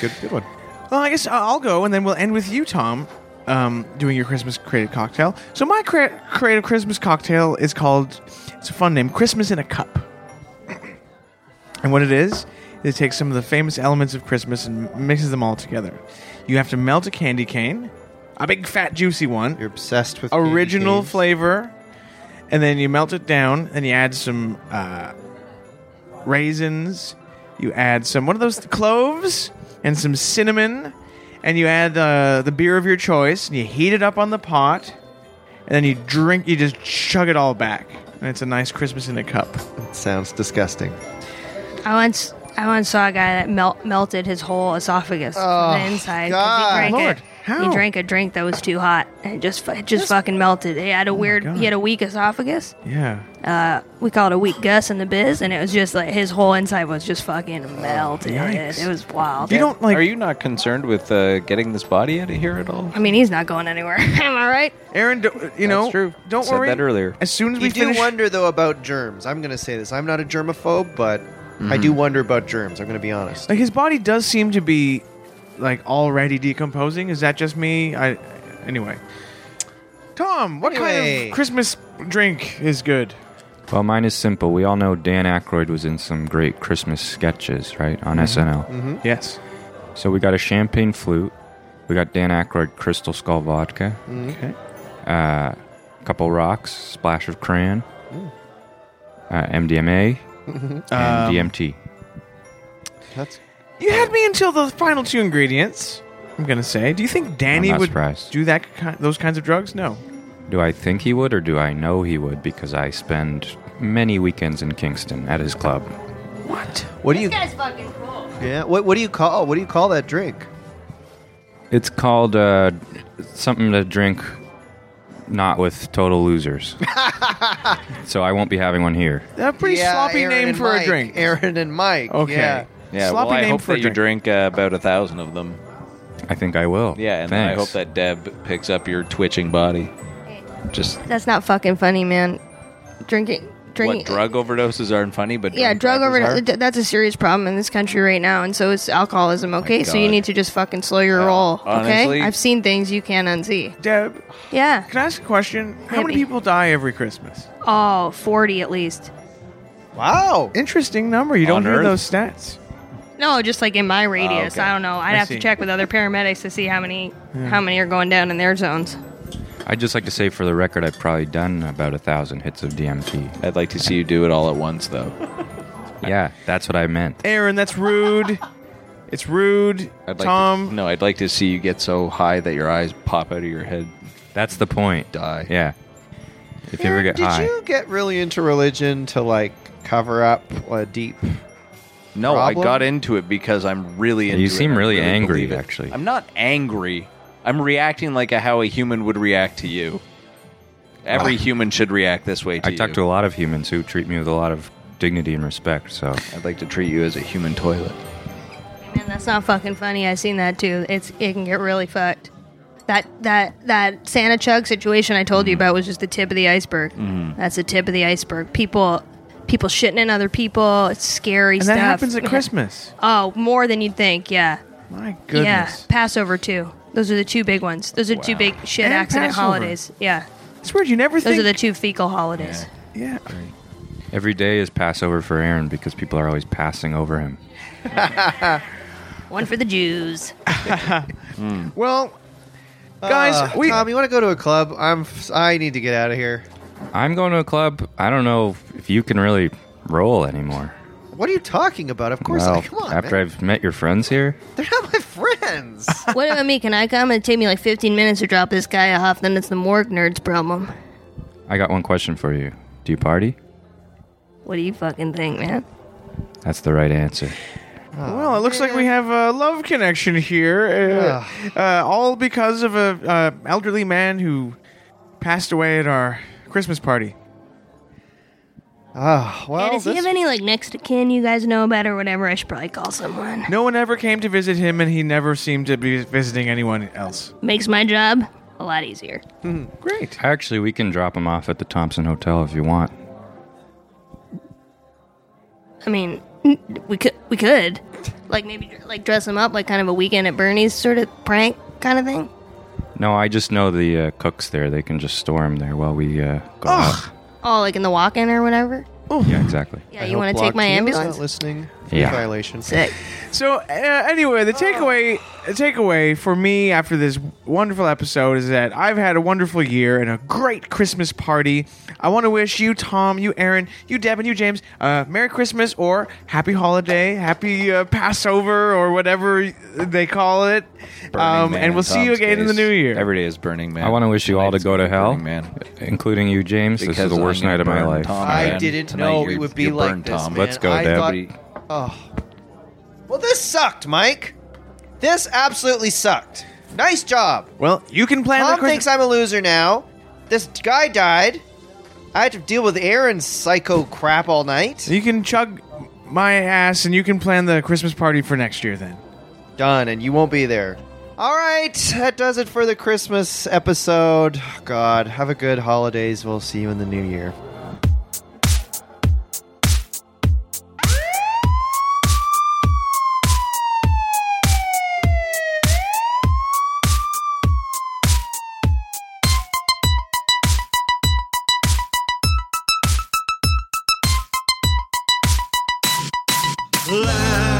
G: good, good one.
C: Well, I guess I- I'll go, and then we'll end with you, Tom, um, doing your Christmas creative cocktail. So my crea- creative Christmas cocktail is called. It's a fun name, Christmas in a Cup. And what it is, is it takes some of the famous elements of Christmas and mixes them all together. You have to melt a candy cane, a big fat juicy one,
G: You're obsessed with candy
C: original
G: canes.
C: flavor, and then you melt it down, and you add some uh, raisins. You add some one of those cloves and some cinnamon, and you add uh, the beer of your choice, and you heat it up on the pot, and then you drink. You just chug it all back, and it's a nice Christmas in a cup.
G: Sounds disgusting.
K: I once I once saw a guy that melt, melted his whole esophagus from the inside. 'cause
G: God.
K: He drank
C: Oh, Lord,
K: a,
C: how?
K: He drank a drink that was too hot and it just fu- it just fucking melted. He had a weird
C: Oh God.
K: he had a weak esophagus.
C: Yeah.
K: Uh, we call it a weak Gus in the biz, and it was just like his whole inside was just fucking melted.
C: Oh, yikes.
K: It was wild.
C: You don't like
F: Are you not concerned with uh, getting this body out of here at all?
K: I mean, he's not going anywhere. Am I right?
C: Aaron? Do, you know,
F: true.
C: don't
F: Said
C: worry.
F: that earlier.
C: As soon as we
G: You do
C: finish,
G: wonder though about germs. I'm gonna say this. I'm not a germaphobe, but I
C: Mm-hmm.
G: do wonder about germs. I'm gonna be honest.
C: like his body does seem to be like already decomposing. Is that just me? I anyway. Tom, what kind
G: Anyway.
C: of Christmas drink is good?
E: Well, mine is simple. We all know Dan Aykroyd was in some great Christmas sketches, right, on
F: Mm-hmm.
E: SNL.
G: Hmm?
C: Yes.
E: So we got a champagne flute. We got Dan Aykroyd Crystal Skull vodka.
F: Mm.
G: Hmm?
C: Okay.
E: Uh, couple rocks, splash of crayon,
F: Mm.
E: uh, MDMA,
F: Mm-hmm. Um,
E: and DMT.
G: That's
C: You had me until the final two ingredients. I'm gonna say. Do you think Danny
E: not
C: would
E: surprised.
C: do that? ki- Those kinds of drugs? No.
E: Do I think he would, or do I know he would? Because I spend many weekends in Kingston at his club.
G: what do you?
K: guy's fucking cool.
G: Yeah. What What do you call? What do you call that drink?
E: It's called uh, something to drink, not with total losers. so I won't be having one here.
C: A pretty
G: Yeah,
C: sloppy
G: Aaron
C: name
G: and
C: for
G: Mike.
C: a drink.
G: Aaron and Mike.
C: Okay.
G: Yeah.
F: Yeah.
C: Sloppy
F: well, I
C: name
F: hope
C: for a
F: that you
C: drink.
F: drink uh, about a thousand of them.
E: I think I will.
F: Yeah, and then I hope
E: Thanks.
F: that Deb picks up your twitching body. Just
K: That's not fucking funny, man. Drinking, drinking.
F: what drug overdoses aren't funny, but
K: Yeah, drug
F: overdoses.
K: overdose. That's a serious problem in this country right now, and so is alcoholism. Okay, so you
F: God.
K: need to just fucking slow your
F: Yeah,
K: roll.
F: honestly-
K: Okay, I've seen things you can't unsee.
C: Deb,
K: Yeah.
C: can I ask a question? How many
K: Maybe.
C: people die every Christmas?
K: Oh, 40 at least.
G: Wow.
C: Interesting number. You don't
F: On
C: hear
F: Earth?
C: those stats.
K: No, just like in my radius.
F: Ah, okay.
K: I don't know. I'd
C: I
K: have
C: see.
K: to check with other paramedics to see how many how many are going down in their zones.
E: I'd just like to say for the record, I've probably done about a thousand hits of DMT.
F: I'd like to see you do it all at once, though.
E: Yeah, that's what I meant.
C: Aaron, that's rude. it's rude.
F: I'd like
C: Tom,
F: To, no, I'd like to see you get so high that your eyes pop out of your head.
E: That's the point.
F: Die.
E: Yeah. If you ever
G: Aaron,
E: get
G: did
E: high,
G: you get really into religion to like cover up a deep?
F: No,
G: Problem?
F: I got into it because I'm really into
E: you
F: it.
E: seem
F: I
E: really angry,
F: believe it.
E: actually.
F: I'm not angry. I'm reacting like a, how a human would react to you. Every human should react this way to
E: Ah. I
F: you.
E: talk to a lot of humans who treat me with a lot of dignity and respect. So
F: I'd like to treat you as a human toilet.
K: Man, that's not fucking funny. I've seen that too. It's it can get really fucked. That that that Santa Chug situation I told you about was just the tip of the iceberg. That's the tip of the iceberg. People people shitting in other people. It's scary
C: and
K: stuff.
C: that happens at
K: man.
C: Christmas.
K: Oh, more than you'd think. Yeah.
C: My
K: Yeah.
C: goodness.
K: Passover too. Those are the two big ones. Those are two big shit
C: And
K: accident
C: Passover.
K: holidays. Yeah.
C: It's weird. You never
K: Those
C: think.
K: are the two fecal holidays.
C: yeah.
E: every day is Passover for Aaron because people are always passing over him.
K: One for the Jews.
C: Well, Guys,
B: Uh,
C: we
B: Tom, you want to go to a club? I'm. f- I need to get out of here.
E: I'm going to a club. I don't know if you can really roll anymore.
B: What are you talking about? Of course,
E: Well,
B: I, come on.
E: after
B: man.
E: I've met your friends here,
B: they're not my friends.
K: what about me? Can I come? It'd take me like 15 minutes to drop this guy off. Then it's the morgue nerd's problem.
E: I got one question for you. Do you party?
K: What do you fucking think, man?
E: That's the right answer.
C: Well, it looks like we have a love connection here, uh, uh, all because of a uh, elderly man who passed away at our Christmas party.
B: Ah,
K: Yeah,
B: well,
K: does he
B: this-
K: have any like next to kin you guys know about or whatever? I should probably call someone.
C: No one ever came to visit him, and he never seemed to be visiting anyone else.
K: Makes my job a lot easier.
C: Great.
E: Actually, we can drop him off at the Thompson Hotel if you want.
K: I mean, we could we could like maybe like dress him up like kind of a weekend at Bernie's sort of prank kind of thing.
E: No, I just know the uh, cooks there. They can just store him there while we uh, go out.
K: Oh, like in the walk-in or whatever.
E: Yeah, exactly.
K: Yeah, you want to take my ambulance?
B: listening.
E: Yeah.
B: Violation.
K: Sick.
C: So uh, anyway, the takeaway the takeaway for me after this wonderful episode is that I've had a wonderful year and a great Christmas party. I want to wish you, Tom, you, Aaron, you, Deb, and you, James, uh, Merry Christmas or Happy Holiday, Happy uh, Passover or whatever they call it. Um, and we'll see you again in the new year.
F: Every day is Burning Man.
E: I want to wish you all to go to hell,
F: Burning Man.
E: including you, James. this
F: Because
E: is the worst
F: I'm
E: night
F: gonna
E: of my
F: burn
E: life.
F: Tom.
B: I
F: Man,
B: didn't
F: tonight
B: know
F: you're-
B: it would be
F: you're
B: like
F: burned,
B: this.
F: Tom.
B: man.
E: Let's go,
B: I
E: Deb.
B: thought- oh. Well, this sucked, Mike. This absolutely sucked. Nice job.
C: Well, you can plan the
B: Mom
C: Christmas-
B: thinks I'm a loser now. This guy died. I had to deal with Aaron's psycho crap all night.
C: you can chug my ass and you can plan the Christmas party for next year then.
B: Done, and you won't be there. All right, that does it for the Christmas episode. God, have a good holidays. We'll see you in the new year.
M: Land